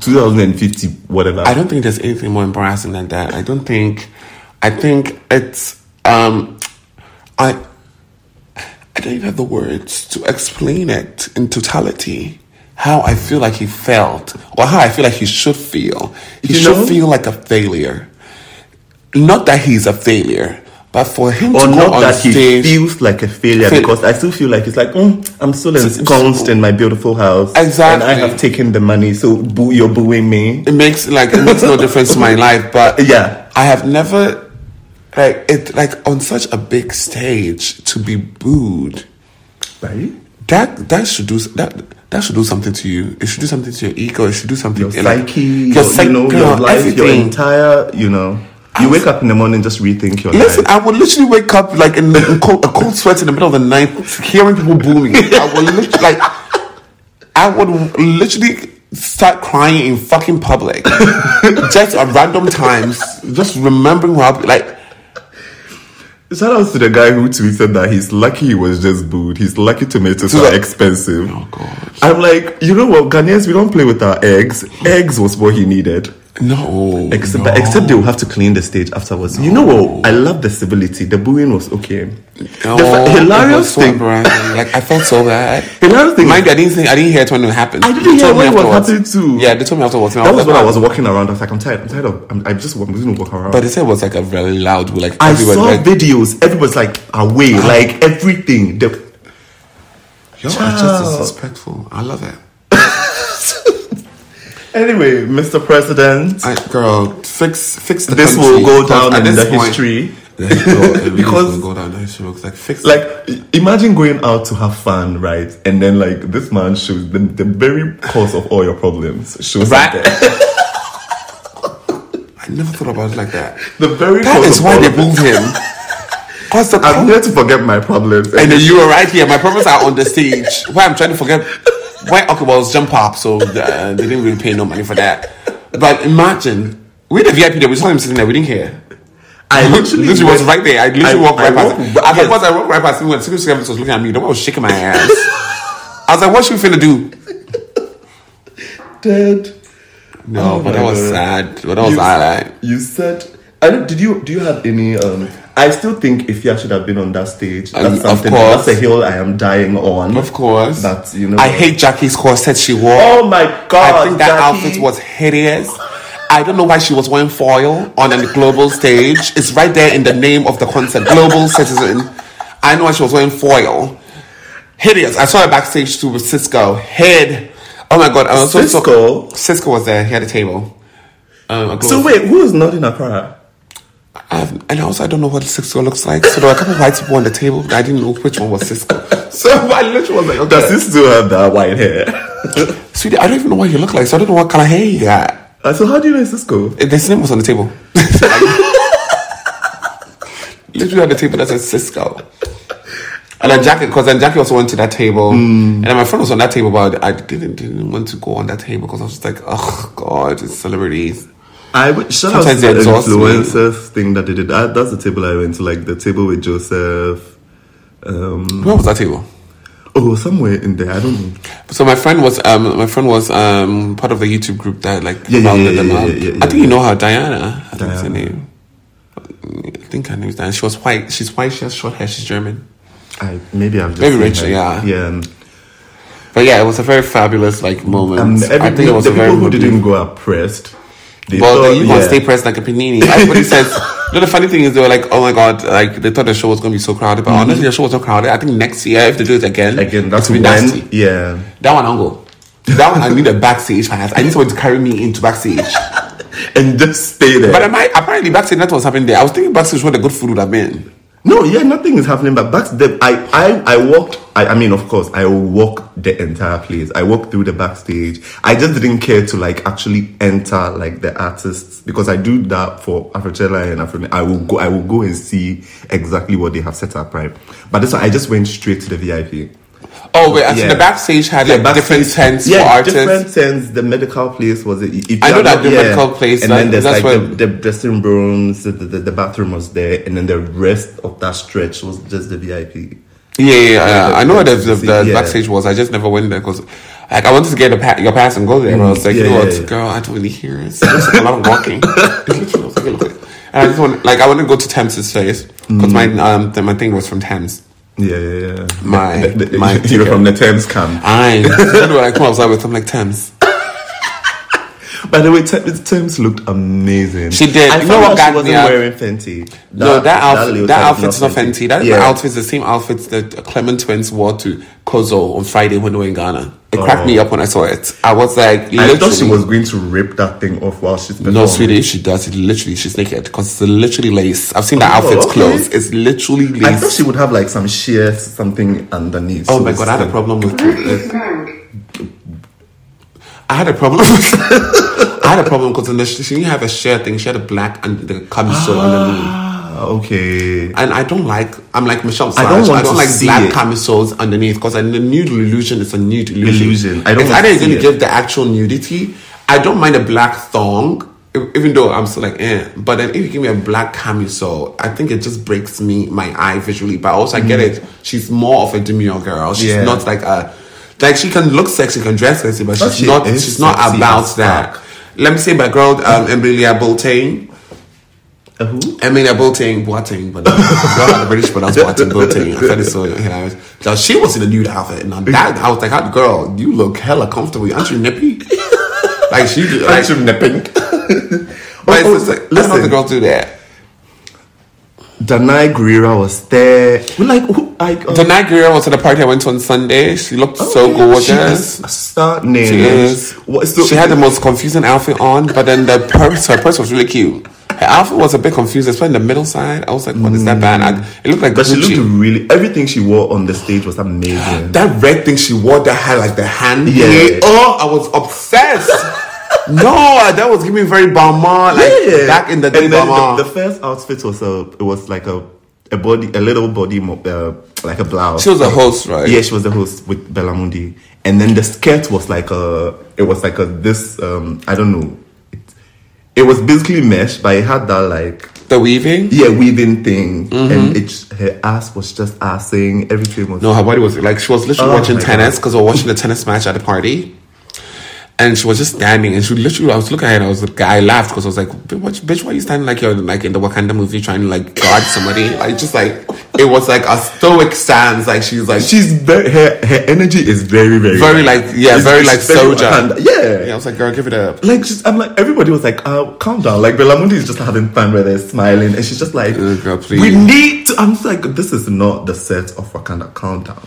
Speaker 3: 2050, whatever.
Speaker 2: I don't think there's anything more embarrassing than that. I don't think. I think it's. Um, I. I don't even have the words to explain it in totality. How I feel like he felt, or how I feel like he should feel.
Speaker 3: You
Speaker 2: He should
Speaker 3: know?
Speaker 2: feel like a failure. Not that he's a failure, but for him
Speaker 3: or
Speaker 2: to go
Speaker 3: not
Speaker 2: on
Speaker 3: that he
Speaker 2: stage,
Speaker 3: feels like a failure
Speaker 2: Fail-
Speaker 3: because I still feel like it's like "Mm, I'm still
Speaker 2: It's-
Speaker 3: ensconced in my beautiful house
Speaker 2: Exactly.
Speaker 3: and I have taken the money so boo you're booing me
Speaker 2: it makes like it makes no difference to my life but
Speaker 3: Yeah.
Speaker 2: i have never like it like on such a big stage to be booed
Speaker 3: right
Speaker 2: that that should do s- that that should do something to you it should do something to your ego it should do something
Speaker 3: your
Speaker 2: to
Speaker 3: psyche
Speaker 2: like,
Speaker 3: your, you know your
Speaker 2: girl,
Speaker 3: life your
Speaker 2: everything.
Speaker 3: entire you know you wake up in the morning just rethink your
Speaker 2: Listen,
Speaker 3: life
Speaker 2: I would literally wake up like in, in cold, a cold sweat in the middle of the night, hearing people booing. I would literally, like, I would literally start crying in fucking public, just at random times, just remembering where I like.
Speaker 3: shout out to the guy who tweeted that he's lucky he was just booed he's lucky tomatoes
Speaker 2: So
Speaker 3: are
Speaker 2: that-
Speaker 3: expensive
Speaker 2: Oh God.
Speaker 3: I'm like you know what Ghanaians we don't play with our eggs eggs was what he needed
Speaker 2: No,
Speaker 3: Except,
Speaker 2: no.
Speaker 3: but except they will have to clean the stage afterwards. You know what? I love the civility. The booing was okay. the
Speaker 2: No, Oh, it
Speaker 3: fa-
Speaker 2: was
Speaker 3: hilarious
Speaker 2: so
Speaker 3: thing.
Speaker 2: embarrassing. Like I felt so bad.
Speaker 3: Hilarious thing.
Speaker 2: Mind you, I didn't think I didn't hear it when it happened.
Speaker 3: I didn't
Speaker 2: They
Speaker 3: hear
Speaker 2: told
Speaker 3: when it
Speaker 2: me
Speaker 3: was
Speaker 2: afterwards.
Speaker 3: happening too.
Speaker 2: Yeah, they told me afterwards. and
Speaker 3: that was
Speaker 2: like,
Speaker 3: when I
Speaker 2: "Oh."
Speaker 3: was walking around. I was like, I'm tired. I'm tired of. I'm, I just want to walk around.
Speaker 2: But they said it was like a really loud, like
Speaker 3: I
Speaker 2: everyone,
Speaker 3: saw
Speaker 2: like, Uh-huh.
Speaker 3: videos. Everyone's like away. Like everything. The,
Speaker 2: Yo, I just
Speaker 3: Child.
Speaker 2: disrespectful. I love it.
Speaker 3: anyway, Mr. President,
Speaker 2: I, girl, fix fix the
Speaker 3: This
Speaker 2: country,
Speaker 3: will go
Speaker 2: because
Speaker 3: down
Speaker 2: at
Speaker 3: in
Speaker 2: this
Speaker 3: the
Speaker 2: point-
Speaker 3: history.
Speaker 2: Yeah, it will, it really
Speaker 3: Because-
Speaker 2: will go down in the history books. Like fix
Speaker 3: like i- imagine going out to have fun, right? And then like this man shows the, the very cause of all your problems. Shows
Speaker 2: Right.
Speaker 3: right. there.
Speaker 2: I never thought about it like that.
Speaker 3: The very
Speaker 2: That
Speaker 3: cause
Speaker 2: is
Speaker 3: of
Speaker 2: why
Speaker 3: all
Speaker 2: they
Speaker 3: of it.
Speaker 2: moved him. Cause the
Speaker 3: I'm here to forget my problems.
Speaker 2: and then you were right here. My problems are on the stage. Why I'm trying to forget. Why okay, well it's jump up, so uh, they didn't really pay no money for that. But imagine we the VIP there. We saw him sitting there. We didn't care.
Speaker 3: I literally
Speaker 2: literally was
Speaker 3: went-
Speaker 2: right there. I literally
Speaker 3: I-
Speaker 2: walked right
Speaker 3: I
Speaker 2: past.
Speaker 3: walked-
Speaker 2: Walk,
Speaker 3: yes.
Speaker 2: I yes. I walked right past him when security service was looking at me. The one was shaking my ass. I was like, "What you finna do?"
Speaker 3: dead.
Speaker 2: No,
Speaker 3: Oh
Speaker 2: but
Speaker 3: my
Speaker 2: that was
Speaker 3: God.
Speaker 2: sad. But that was
Speaker 3: you,
Speaker 2: alright.
Speaker 3: You said, I don't, did you do you have any? Um, I still think Ifya should have been on that stage.
Speaker 2: Um,
Speaker 3: That's
Speaker 2: of
Speaker 3: something.
Speaker 2: course.
Speaker 3: That's a hill I am dying on.
Speaker 2: Of course,
Speaker 3: But you know,
Speaker 2: I hate Jackie's corset she wore.
Speaker 3: Oh my god!
Speaker 2: I think that
Speaker 3: Jackie.
Speaker 2: outfit was hideous. I don't know why she was wearing foil on a global stage. It's right there in the name of the concert, Global Citizen. I know why she was wearing foil. Hideous. I saw her backstage too with Cisco. Head. Oh my god. I was so- so-
Speaker 3: Cisco?
Speaker 2: Cisco was there. He had a table. Um, a global-
Speaker 3: So wait, who is not in Accra?
Speaker 2: I've- and also, I don't know what Cisco looks like. So there were a couple of white people on the table. I didn't know which one was Cisco. So I literally was like, okay.
Speaker 3: Does he still have that white hair?
Speaker 2: Sweetie, I don't even know what he looked like. So I don't know what color hair he had.
Speaker 3: Uh, so how do you know it's Cisco?
Speaker 2: His name was on the table. Literally on the table that says Cisco. And then Jackie, because then Jackie also went to that table,
Speaker 3: Mm.
Speaker 2: and then my friend was on that table, but I didn't didn't want to go on that table because I was just like, oh god, it's celebrities.
Speaker 3: I w- shout out to
Speaker 2: Sometimes
Speaker 3: the
Speaker 2: they exhaust me.
Speaker 3: influencers thing that they did. I, that's the table I went to, like the table with Joseph. Um,
Speaker 2: Where was that table?
Speaker 3: oh, somewhere in there. I don't know.
Speaker 2: So my friend was um my friend was um part of the YouTube group that like
Speaker 3: Yeah, yeah, yeah,
Speaker 2: rounded
Speaker 3: yeah,
Speaker 2: them
Speaker 3: yeah,
Speaker 2: up.
Speaker 3: yeah, yeah,
Speaker 2: I think you
Speaker 3: yeah.
Speaker 2: know her, Diana. I think that's her
Speaker 3: Diana.
Speaker 2: name. I think her name is Diana. She was white. She's white. She has short hair. She's German.
Speaker 3: I, maybe I've just
Speaker 2: Maybe
Speaker 3: seen
Speaker 2: Rachel,
Speaker 3: her.
Speaker 2: yeah.
Speaker 3: yeah.
Speaker 2: But yeah, it was a very fabulous like moment.
Speaker 3: Um,
Speaker 2: I
Speaker 3: every,
Speaker 2: think it was
Speaker 3: the
Speaker 2: a very
Speaker 3: people who
Speaker 2: good
Speaker 3: didn't go are pressed. They
Speaker 2: well,
Speaker 3: thought-
Speaker 2: then you gonna
Speaker 3: yeah.
Speaker 2: stay pressed like a panini. Everybody says. No, the funny thing is they were like, oh my god, like they thought the show was gonna be so crowded, but honestly, the show was so crowded. I think next year if they do it again,
Speaker 3: Mm-hmm. again. That's
Speaker 2: it'll be
Speaker 3: when.
Speaker 2: nasty.
Speaker 3: Yeah,
Speaker 2: That one I'll go. That one I need a backstage pass. I need someone to carry me into backstage.
Speaker 3: and just stay there.
Speaker 2: But am I, apparently backstage that's what's happening there. I was thinking backstage where the good food would have been.
Speaker 3: No, yeah, nothing is happening. But back the I I I walked. I, I mean, of course, I walked the entire place. I walked through the backstage. I just didn't care to like actually enter like the artists because I do that for Afrochella and Afro. I will go. I will go and see exactly what they have set up, right? But this one, I just went straight to the VIP.
Speaker 2: Oh wait, I think
Speaker 3: Yeah.
Speaker 2: the backstage had like
Speaker 3: backstage-
Speaker 2: different tents
Speaker 3: yeah,
Speaker 2: for artists.
Speaker 3: different tents. The medical place was it? if
Speaker 2: I know
Speaker 3: you are
Speaker 2: that
Speaker 3: not-
Speaker 2: the medical place,
Speaker 3: and
Speaker 2: like,
Speaker 3: then there's like
Speaker 2: that's where-
Speaker 3: the, the dressing rooms. The, the, the bathroom was there, and then the rest of that stretch was just the VIP.
Speaker 2: Yeah, yeah, yeah. I know where the, the, the
Speaker 3: Yeah.
Speaker 2: backstage was. I just never went there because, like, I wanted to get a pa- your pass and go there. But I was like,
Speaker 3: Mm,
Speaker 2: you
Speaker 3: Yeah,
Speaker 2: know
Speaker 3: yeah,
Speaker 2: what,
Speaker 3: yeah.
Speaker 2: girl, I don't really hear it. So there's a lot of walking. and I just want, like, I want to go to Thames's place because my
Speaker 3: Mm.
Speaker 2: um th- my thing was from Thames.
Speaker 3: Yeah, yeah, yeah.
Speaker 2: My-
Speaker 3: The- the-
Speaker 2: my
Speaker 3: you know, from the Thames camp.
Speaker 2: I that's what I come outside with. I'm like Thames.
Speaker 3: By the way, Th- the Thames looked amazing.
Speaker 2: She did.
Speaker 3: I
Speaker 2: You
Speaker 3: found
Speaker 2: know what
Speaker 3: out
Speaker 2: got
Speaker 3: she
Speaker 2: me
Speaker 3: wasn't
Speaker 2: up?
Speaker 3: wearing Fenty.
Speaker 2: no, that outfit,
Speaker 3: leotard
Speaker 2: that
Speaker 3: is
Speaker 2: outfit's not fancy. That
Speaker 3: Yeah.
Speaker 2: outfit's the same outfit that Clement twins wore to Kozo on Friday when they were in Ghana. It cracked me up when I saw it. I was like,
Speaker 3: Oh. I thought she
Speaker 2: literally-
Speaker 3: was going to rip that thing off while she's
Speaker 2: No,
Speaker 3: performing.
Speaker 2: sweetie, if she does it, literally, she's naked because it's literally lace. I've seen that
Speaker 3: Oh,
Speaker 2: outfit's
Speaker 3: okay.
Speaker 2: clothes. It's literally
Speaker 3: I
Speaker 2: lace.
Speaker 3: thought she would have like some sheer something underneath.
Speaker 2: oh
Speaker 3: so
Speaker 2: my god, I had a
Speaker 3: it's-
Speaker 2: problem with. I had a problem. with- I had a problem because she didn't have a shirt thing. She had a black and the camisole underneath.
Speaker 3: Ah, okay.
Speaker 2: And I don't like. I'm like Michelle.
Speaker 3: I
Speaker 2: Sage. I
Speaker 3: don't
Speaker 2: don't,
Speaker 3: want to
Speaker 2: like
Speaker 3: see
Speaker 2: black
Speaker 3: it.
Speaker 2: camisoles underneath because the nude illusion is a nude illusion.
Speaker 3: Illusion. I don't
Speaker 2: It's
Speaker 3: want
Speaker 2: either
Speaker 3: to
Speaker 2: it's going
Speaker 3: see
Speaker 2: to
Speaker 3: it.
Speaker 2: give the actual nudity. I don't mind a black thong, e- even though I'm still like eh. But then if you give me a black camisole, I think it just breaks me my eye visually. But also I get it. She's more of a demure girl. She's
Speaker 3: Mm. Yeah.
Speaker 2: not like a like she can look sexy, can dress sexy, but
Speaker 3: But
Speaker 2: she's
Speaker 3: she
Speaker 2: not.
Speaker 3: is
Speaker 2: She's not
Speaker 3: sexy
Speaker 2: about
Speaker 3: as
Speaker 2: that.
Speaker 3: fuck.
Speaker 2: Let me say my girl, um, Emilia Boltain.
Speaker 3: Uh, who?
Speaker 2: I mean, they're Boateng, Boateng, but not the British pronounce Boateng, Boateng. I thought it's so hilarious. Now, she was in a nude outfit, and on that, I was like, "How- girl, you look hella comfortable. Aren't you nippy? like, she, like,
Speaker 3: Aren't you nipping?
Speaker 2: but
Speaker 3: Oh,
Speaker 2: it's just like, I don't know if the
Speaker 3: listen.
Speaker 2: girls do that.
Speaker 3: Danai Gurira was there. We're like, who? I, uh, oh,
Speaker 2: The Nigeria was at the party I went to on Sunday. Oh, She looked so gorgeous.
Speaker 3: She is stunning.
Speaker 2: She is.
Speaker 3: What, so,
Speaker 2: she had the most confusing outfit on, but then the purse, her purse was really cute. Her outfit was a bit confusing, especially in the middle side. I was like, what is that bad? I, it Mm. looked like
Speaker 3: But she
Speaker 2: Gucci.
Speaker 3: looked really. Everything she wore on the stage was amazing.
Speaker 2: That red thing she wore that had like the hand.
Speaker 3: Yeah.
Speaker 2: here. Oh, I was obsessed. no, that was giving me very Balmain, like back in the day.
Speaker 3: And then
Speaker 2: Balmain.
Speaker 3: the, the first outfit was a. It was like a a body, a little body, mo- uh, like a blouse.
Speaker 2: she was a host, right?
Speaker 3: Yeah, she was the host with Bellamundi, and then the skirt was like a. It was like a this. Um, I don't know. It, it was basically mesh, but it had that like
Speaker 2: The weaving.
Speaker 3: yeah weaving thing, and it her ass was just assing. Everything was
Speaker 2: Mm-hmm. No, her body was like she was literally
Speaker 3: Oh
Speaker 2: watching
Speaker 3: my
Speaker 2: tennis
Speaker 3: God.
Speaker 2: because we were watching the tennis match at the party. And she was just standing, and she literally. I was looking at her, and I was like, I laughed because I was like, "Bitch, what- "Bitch, why are you standing like you're like in the Wakanda movie trying to like guard somebody?" Like just like it was like a stoic stance. Like she's like
Speaker 3: She's very her her energy is very very
Speaker 2: Very like- yeah, very like soldier.
Speaker 3: hand- yeah.
Speaker 2: Yeah, I was like, "Girl, give it up."
Speaker 3: Like she's, I'm like everybody was like, uh, calm down. Like Belamundi is just having fun with her, smiling, and she's just like,
Speaker 2: Uh, girl, please.
Speaker 3: we need. to... I'm just like, this is not the set of Wakanda. Calm down.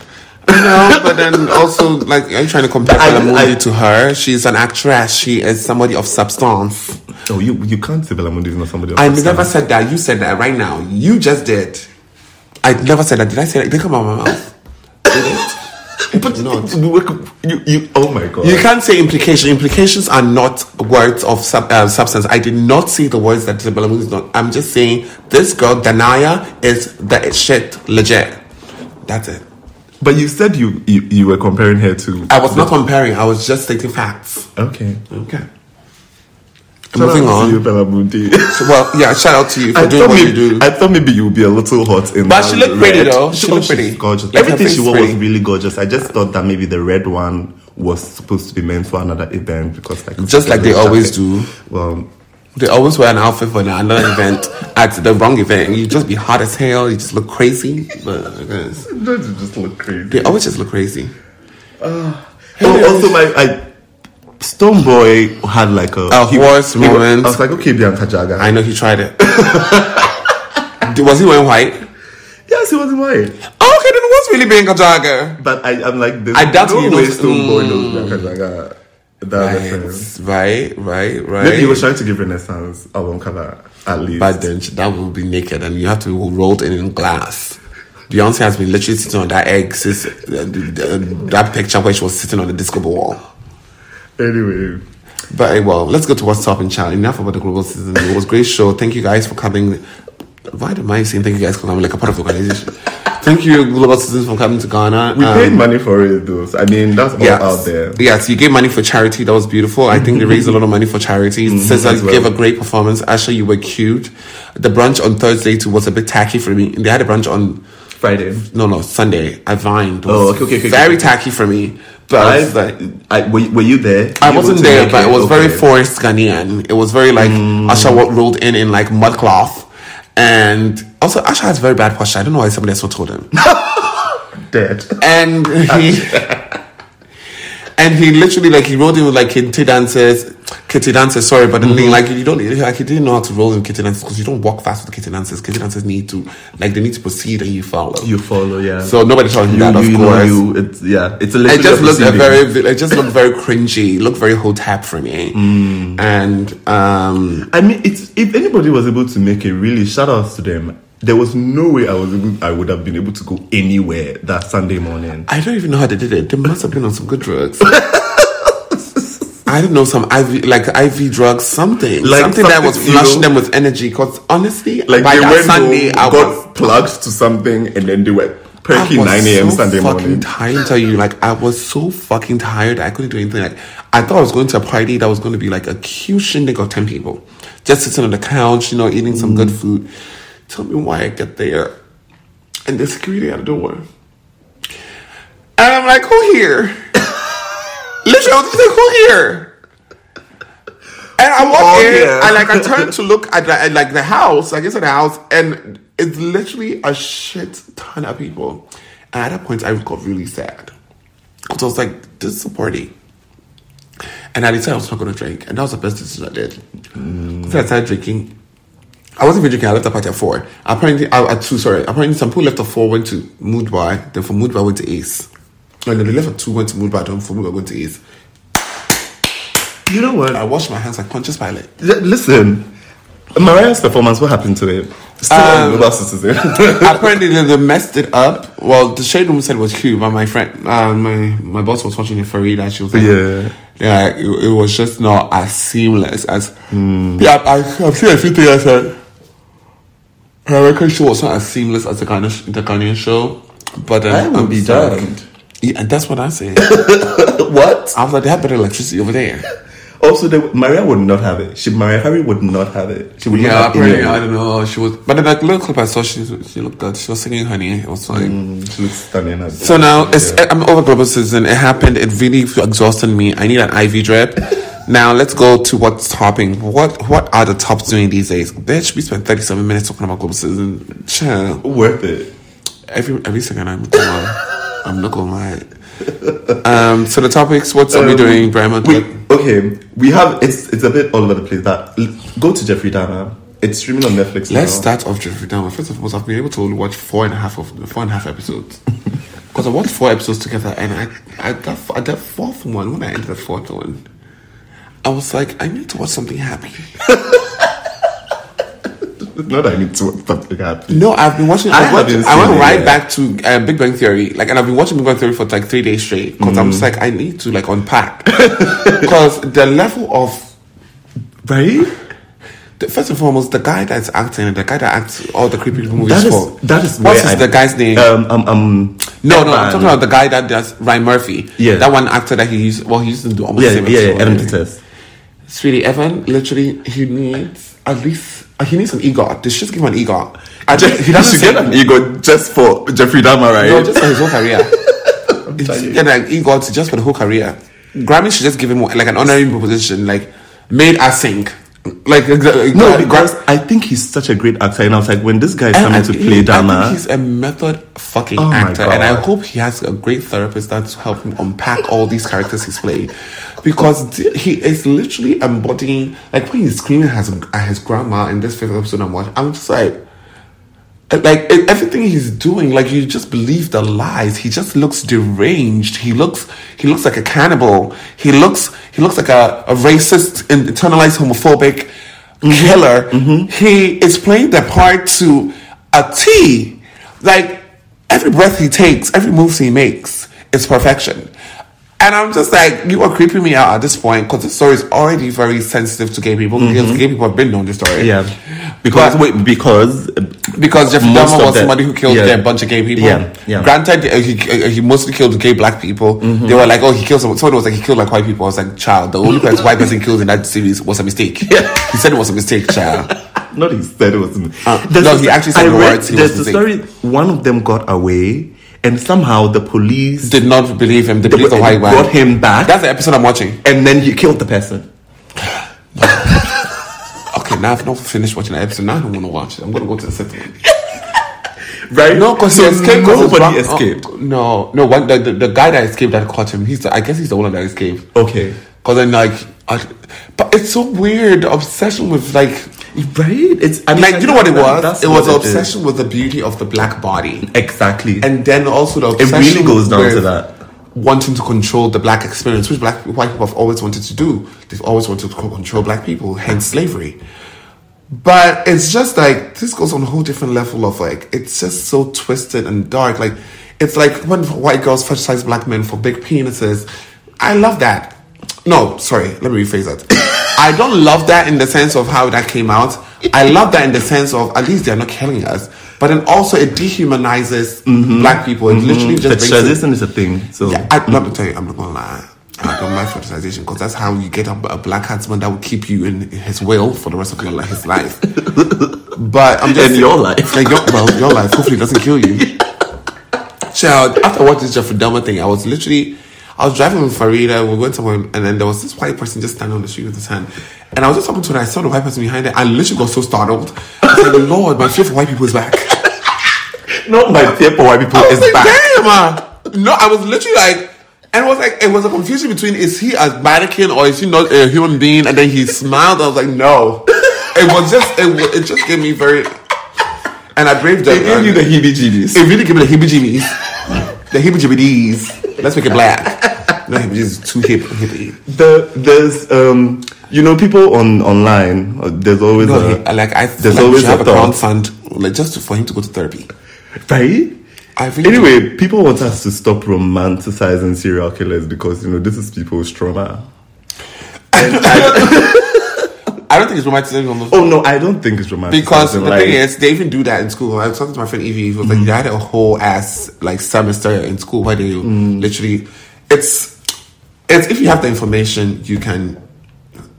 Speaker 2: No, but then also, like, are you trying to compare
Speaker 3: I-
Speaker 2: Belamundi
Speaker 3: I-
Speaker 2: to her? She's an actress. She is somebody of substance.
Speaker 3: Oh, you you can't say Belamundi is not somebody.
Speaker 2: I
Speaker 3: else's
Speaker 2: never
Speaker 3: son.
Speaker 2: said that. You said that right now. You just did. I never said that. Did I say that? Did it come out of my mouth? Did it? It
Speaker 3: But
Speaker 2: did not.
Speaker 3: you, you, you, oh my god.
Speaker 2: You can't say implication. Implications are not words of sub, uh, substance. I did not say the words that Belamundi is not. I'm just saying this girl, Danaya, is the shit legit. That's it.
Speaker 3: But you said you, you you were comparing her to.
Speaker 2: I was not comparing. I was just stating facts.
Speaker 3: Okay.
Speaker 2: Okay.
Speaker 3: Shout
Speaker 2: Moving
Speaker 3: out to
Speaker 2: on.
Speaker 3: You, Belamundi.
Speaker 2: So, well, yeah, shout out to you for
Speaker 3: I
Speaker 2: doing
Speaker 3: thought,
Speaker 2: what
Speaker 3: maybe,
Speaker 2: you do.
Speaker 3: I thought maybe you would be a little hot in
Speaker 2: But
Speaker 3: that
Speaker 2: she looked pretty
Speaker 3: red.
Speaker 2: though. She
Speaker 3: oh,
Speaker 2: looked
Speaker 3: she's
Speaker 2: pretty.
Speaker 3: gorgeous.
Speaker 2: Like, her
Speaker 3: Everything
Speaker 2: face
Speaker 3: she wore
Speaker 2: pretty.
Speaker 3: was really gorgeous. I just thought that maybe the red one was supposed to be meant for another event because like
Speaker 2: Just like they always do.
Speaker 3: Well,
Speaker 2: they always wear an outfit for another event at the wrong event. You just be hot as hell. You just look crazy. But I guess
Speaker 3: does it just look crazy?
Speaker 2: they always just look crazy.
Speaker 3: Oh, also my I Stone Boy had like a,
Speaker 2: A horse
Speaker 3: was-
Speaker 2: moment.
Speaker 3: I was like, okay, Bianca Jagger.
Speaker 2: I know he tried it. was he wearing white?
Speaker 3: yes, he wasn't white.
Speaker 2: Oh, okay, then it was really being a jagger.
Speaker 3: But I, I'm like, there's
Speaker 2: I doubt
Speaker 3: no
Speaker 2: he
Speaker 3: way
Speaker 2: knows- Mm.
Speaker 3: Stone Boy knows Bianca Jagger. That reference.
Speaker 2: Right, right, right.
Speaker 3: Maybe he was trying to give Renaissance album cover at least.
Speaker 2: But then sh- that will be naked and you have to be rolled in in glass. Beyonce has been literally sitting on that egg since uh, th- th- that picture where she was sitting on the disco ball.
Speaker 3: anyway,
Speaker 2: But eh, well, let's go to what's top in China. Enough about the global citizen. It was a great show. Thank you guys for coming. Why am I saying thank you guys? Because I'm like a part of the organization. thank you, global citizens, for coming to Ghana.
Speaker 3: we
Speaker 2: Um,
Speaker 3: paid money for it though. So, I mean, that's all
Speaker 2: Yes.
Speaker 3: out there.
Speaker 2: Yes, you gave money for charity. That was beautiful. I think they raised a lot of money for charity. Since I
Speaker 3: Mm-hmm. as well.
Speaker 2: gave a great performance. Asha, you were cute. The brunch on Thursday too was a bit tacky for me. They had a brunch on
Speaker 3: Friday.
Speaker 2: no no Sunday. I vined. It
Speaker 3: Oh,
Speaker 2: was
Speaker 3: okay, okay, okay,
Speaker 2: very
Speaker 3: okay.
Speaker 2: tacky for me. But I,
Speaker 3: I,
Speaker 2: was like,
Speaker 3: I, were, were you there?
Speaker 2: I
Speaker 3: You
Speaker 2: wasn't
Speaker 3: went to
Speaker 2: there,
Speaker 3: make
Speaker 2: but it was very
Speaker 3: okay. Mm.
Speaker 2: forced Ghanaian. It was very like Asha wa- rolled in in like mudcloth, and also Asha has very bad posture. I don't know why somebody else told him.
Speaker 3: dead.
Speaker 2: and he and he literally like he rolled in with like kitty dancers, kitty dancers. Sorry, but
Speaker 3: Mm-hmm.
Speaker 2: then like you don't like he didn't know how to roll in kitty dancers because you don't walk fast with kitty dancers. Kitty dancers need to like they need to proceed and you follow.
Speaker 3: You follow, yeah.
Speaker 2: so nobody told him
Speaker 3: you,
Speaker 2: that,
Speaker 3: you,
Speaker 2: of
Speaker 3: you know,
Speaker 2: course.
Speaker 3: you, it's, yeah, it's a
Speaker 2: it
Speaker 3: little
Speaker 2: just looked a very, it just looked very cringy. Looked very hotep for me, Mm. and um,
Speaker 3: I mean, it's if anybody was able to make it, really, shout outs to them. There was no way I was able, I would have been able to go anywhere that Sunday morning.
Speaker 2: I don't even know how they did it. They must have been on some good drugs. I don't know some IV like IV drugs, something,
Speaker 3: Like
Speaker 2: something that
Speaker 3: something,
Speaker 2: was
Speaker 3: you
Speaker 2: flushing
Speaker 3: know?
Speaker 2: them with energy. Because honestly,
Speaker 3: Like
Speaker 2: by
Speaker 3: they
Speaker 2: that
Speaker 3: went
Speaker 2: Sunday,
Speaker 3: home,
Speaker 2: I was,
Speaker 3: got plugged to something, and then they were
Speaker 2: I
Speaker 3: perky
Speaker 2: was
Speaker 3: nine a.m.
Speaker 2: so
Speaker 3: Sunday
Speaker 2: fucking
Speaker 3: morning.
Speaker 2: tired. Tell you, like I was so fucking tired. I couldn't do anything. Like I thought I was going to a party that was going to be like a cute shindig of ten people, just sitting on the couch, you know, eating some
Speaker 3: Mm.
Speaker 2: good food. Tell me why I get there, and the security at the door, and I'm like, who here? Literally, I was like, who here? And I walk
Speaker 3: Oh,
Speaker 2: in,
Speaker 3: yeah.
Speaker 2: I like I turned to look at, the, at like the house, I guess at the house, and it's literally a shit ton of people. And at that point, I got really sad because I was like, "This is a party," and I decided I was not going to drink, and that was the best decision I did. So I started drinking. I wasn't even drinking. I left the party at four. Apparently, I, at two. Sorry, apparently some people left at four went to Mood Bar. Then from Mood Bar went to Ace. And then they left at two went to Mood Bar. Then from Mood Bar went to Ace.
Speaker 3: You know what?
Speaker 2: I washed my hands like conscious pilot.
Speaker 3: L- Listen, Mariah's performance. What happened to it? Still
Speaker 2: Um,
Speaker 3: on Global Citizen.
Speaker 2: apparently they, they messed it up. Well, the shade room said it was cute, but my friend, uh, my my boss was watching it for real, and she was like,
Speaker 3: Yeah.
Speaker 2: yeah, it, it was just not as seamless as.
Speaker 3: Hmm.
Speaker 2: Yeah, I, I've seen a few things. I said, American show was not as seamless as the Ghana, sh- the Ghanaian show, but um,
Speaker 3: I would
Speaker 2: I'm
Speaker 3: be
Speaker 2: sorry.
Speaker 3: damned.
Speaker 2: Yeah, and that's what I said.
Speaker 3: what?
Speaker 2: I was like, they have better electricity over there.
Speaker 3: Also, they, Mariah would not have it. She, Mariah Harry would not have it. She would not
Speaker 2: Yeah,
Speaker 3: have any of
Speaker 2: apparently,
Speaker 3: it.
Speaker 2: I don't know. Oh, She was, but in that little clip I saw, oh, she she looked good. She was singing "Honey." It was like.
Speaker 3: Mm, She looks stunning. as-
Speaker 2: So now it's
Speaker 3: Yeah.
Speaker 2: I'm over global citizen. It happened. It really exhausted me. I need an IV drip. now let's go to what's topping. What what are the tops doing these days? Bitch, we spent 37 minutes talking about global citizen. Chill.
Speaker 3: worth it.
Speaker 2: Every every second I'm going I'm not gonna lie. Um, so the topics. What's are Um, we doing, Brahma?
Speaker 3: We, okay, we have it's it's a bit all over the place. That l- go to Jeffrey Dahmer. It's streaming on Netflix.
Speaker 2: Let's
Speaker 3: now.
Speaker 2: start off Jeffrey Dahmer. First of all, I've been able to only watch four and a half of four and a half episodes because I watched four episodes together, and I I got I did fourth one when I entered the fourth one. I was like, I need to watch something happy.
Speaker 3: Not that I need to watch something happy.
Speaker 2: No, I've been watching.
Speaker 3: I
Speaker 2: I, went,
Speaker 3: haven't
Speaker 2: I went
Speaker 3: seen it
Speaker 2: right
Speaker 3: yet.
Speaker 2: back to uh, Big Bang Theory, like, and I've been watching Big Bang Theory for like three days straight because I'm just like, I need to like unpack because the level of
Speaker 3: Right?
Speaker 2: the, first and foremost, the guy that's acting, the guy that acts all the creepy movies
Speaker 3: That is
Speaker 2: for.
Speaker 3: that is
Speaker 2: What's
Speaker 3: where
Speaker 2: his-
Speaker 3: I-
Speaker 2: the guy's name?
Speaker 3: Um, um, um
Speaker 2: No, no, I'm
Speaker 3: Evan.
Speaker 2: talking about the guy that does Ryan Murphy.
Speaker 3: Yeah.
Speaker 2: That one actor that he used, well, he used to do almost
Speaker 3: yeah,
Speaker 2: the
Speaker 3: yeah,
Speaker 2: same
Speaker 3: yeah,
Speaker 2: episode.
Speaker 3: Adam Peters.
Speaker 2: Sweetie, Evan, literally, he needs at least, uh, he needs an EGOT. They should give him an EGOT. I just, he doesn't
Speaker 3: should get
Speaker 2: sing.
Speaker 3: an ego just for Jeffrey Dahmer, right?
Speaker 2: No, just for his whole career. He
Speaker 3: telling
Speaker 2: should
Speaker 3: you.
Speaker 2: Get an EGOT just for the whole career. Grammy should just give him like an honorary position, like made us sing. Like exactly.
Speaker 3: No,
Speaker 2: gra-
Speaker 3: because
Speaker 2: gra-
Speaker 3: I think he's such a great actor, and I was like, when this guy is
Speaker 2: and
Speaker 3: coming
Speaker 2: I
Speaker 3: to
Speaker 2: think
Speaker 3: play
Speaker 2: he- I
Speaker 3: drama,
Speaker 2: think he's a method fucking
Speaker 3: Oh my
Speaker 2: actor, and I
Speaker 3: God.
Speaker 2: hope he has a great therapist that's helped him unpack all these characters he's played, because th- he is literally embodying. Like when he's screaming at his, at his grandma in this first episode I'm watching, I'm just like, like e- everything he's doing, like you just believe the lies. He just looks deranged. He looks he looks like a cannibal. He looks he looks like a, a racist, and internalized homophobic killer. He is playing the part to a T. Like every breath he takes, every move he makes is perfection. And I'm just like, you are creeping me out at this point because the story is already very sensitive to gay people because gay people have been known this story.
Speaker 3: yeah, because
Speaker 2: But-
Speaker 3: wait, because
Speaker 2: because Jeffrey
Speaker 3: Most
Speaker 2: Dahmer
Speaker 3: of
Speaker 2: was
Speaker 3: the-
Speaker 2: somebody who killed
Speaker 3: yeah.
Speaker 2: a bunch of gay people.
Speaker 3: Yeah, yeah. Mm-hmm.
Speaker 2: Granted, uh, he, uh, he mostly killed gay black people. They were like, oh, he killed someone. Someone was like, he killed like white people. I was like, child, the only person, white person killed in that series was a mistake.
Speaker 3: Yeah.
Speaker 2: He said it was a mistake, child.
Speaker 3: Not he said it was me.
Speaker 2: Uh, no, he actually said the words, he
Speaker 3: there's
Speaker 2: was
Speaker 3: the story.
Speaker 2: mistaken.
Speaker 3: One of them got away, and somehow the police
Speaker 2: Did not believe him. They believed the white man.
Speaker 3: brought him back,
Speaker 2: That's the episode I'm watching.
Speaker 3: and then he killed the person.
Speaker 2: Okay, now I've not finished watching that episode. Now I don't want to watch it. I'm going to go to the cinema.
Speaker 3: Right?
Speaker 2: No, because
Speaker 3: so
Speaker 2: he escaped. 'cause his
Speaker 3: Nobody
Speaker 2: bro-
Speaker 3: escaped.
Speaker 2: Oh, no, no. One, the, the, the guy that escaped that caught him. He's. The, I guess he's the one that escaped.
Speaker 3: Okay.
Speaker 2: Cause then like, I, but it's so weird the obsession with like,
Speaker 3: Right? It's I mean,
Speaker 2: like you know what it
Speaker 3: that-
Speaker 2: was?
Speaker 3: that's
Speaker 2: It was an
Speaker 3: what is.
Speaker 2: obsession with the beauty of the black body,
Speaker 3: Exactly.
Speaker 2: and then also the
Speaker 3: really
Speaker 2: obsession
Speaker 3: goes down to
Speaker 2: with
Speaker 3: that.
Speaker 2: wanting to control the black experience, which black white people have always wanted to do. They've always wanted to co- control black people, hence slavery. But it's just like this goes on a whole different level of like it's just so twisted and dark. Like it's like when white girls fetishize black men for big penises. I love that. No, sorry, let me rephrase that. I don't love that in the sense of how that came out. I love that in the sense of at least they're not killing us. But then also it dehumanizes black people. It literally just brings it-
Speaker 3: Fetishism is a thing. So
Speaker 2: yeah, I, let me tell you, I'm not gonna lie. I don't like fetishization because that's how you get a, a black husband that will keep you in his will for the rest of your life, his life. But I'm just
Speaker 3: And your life.
Speaker 2: and your, well, your life. Hopefully, it doesn't kill you. Child, after watching this Jeffrey Dahmer thing, I was literally, I was driving with Farida. We went somewhere, and then there was this white person just standing on the street with his hand. And I was just talking to her. I saw the white person behind her. I literally got so startled. I said, "Lord, my fear for white people is back."
Speaker 3: not my fear for white people
Speaker 2: I was
Speaker 3: is
Speaker 2: like,
Speaker 3: back.
Speaker 2: Damn,
Speaker 3: ah."
Speaker 2: uh, no, I was literally like, and it was like, it was a confusion between is he a mannequin or is he not a human being? And then he smiled. I was like, no, it was just, it, wa- it just gave me very, and I braved it.
Speaker 3: They gave you the heebie-jeebies.
Speaker 2: It really gave me the heebie-jeebies, the heebie-jeebies. Let's make it black. No, heebie-jeebies is too hip, hippie.
Speaker 3: the there's um you know people on online uh, there's always
Speaker 2: No,
Speaker 3: a,
Speaker 2: he- I like I
Speaker 3: there's
Speaker 2: like, we
Speaker 3: always
Speaker 2: should
Speaker 3: a
Speaker 2: have a
Speaker 3: thought
Speaker 2: crowdfund like just to, for him to go to therapy.
Speaker 3: right
Speaker 2: I really
Speaker 3: anyway people want us to stop romanticizing serial killers because you know this is people's trauma
Speaker 2: I don't think it's romanticizing on the
Speaker 3: oh no i don't think it's romantic
Speaker 2: Because the thing is, they even do that in school. I was talking to my friend Evie. He was like, they had a whole ass like semester in school where they literally, it's, it's if you have the information, you can,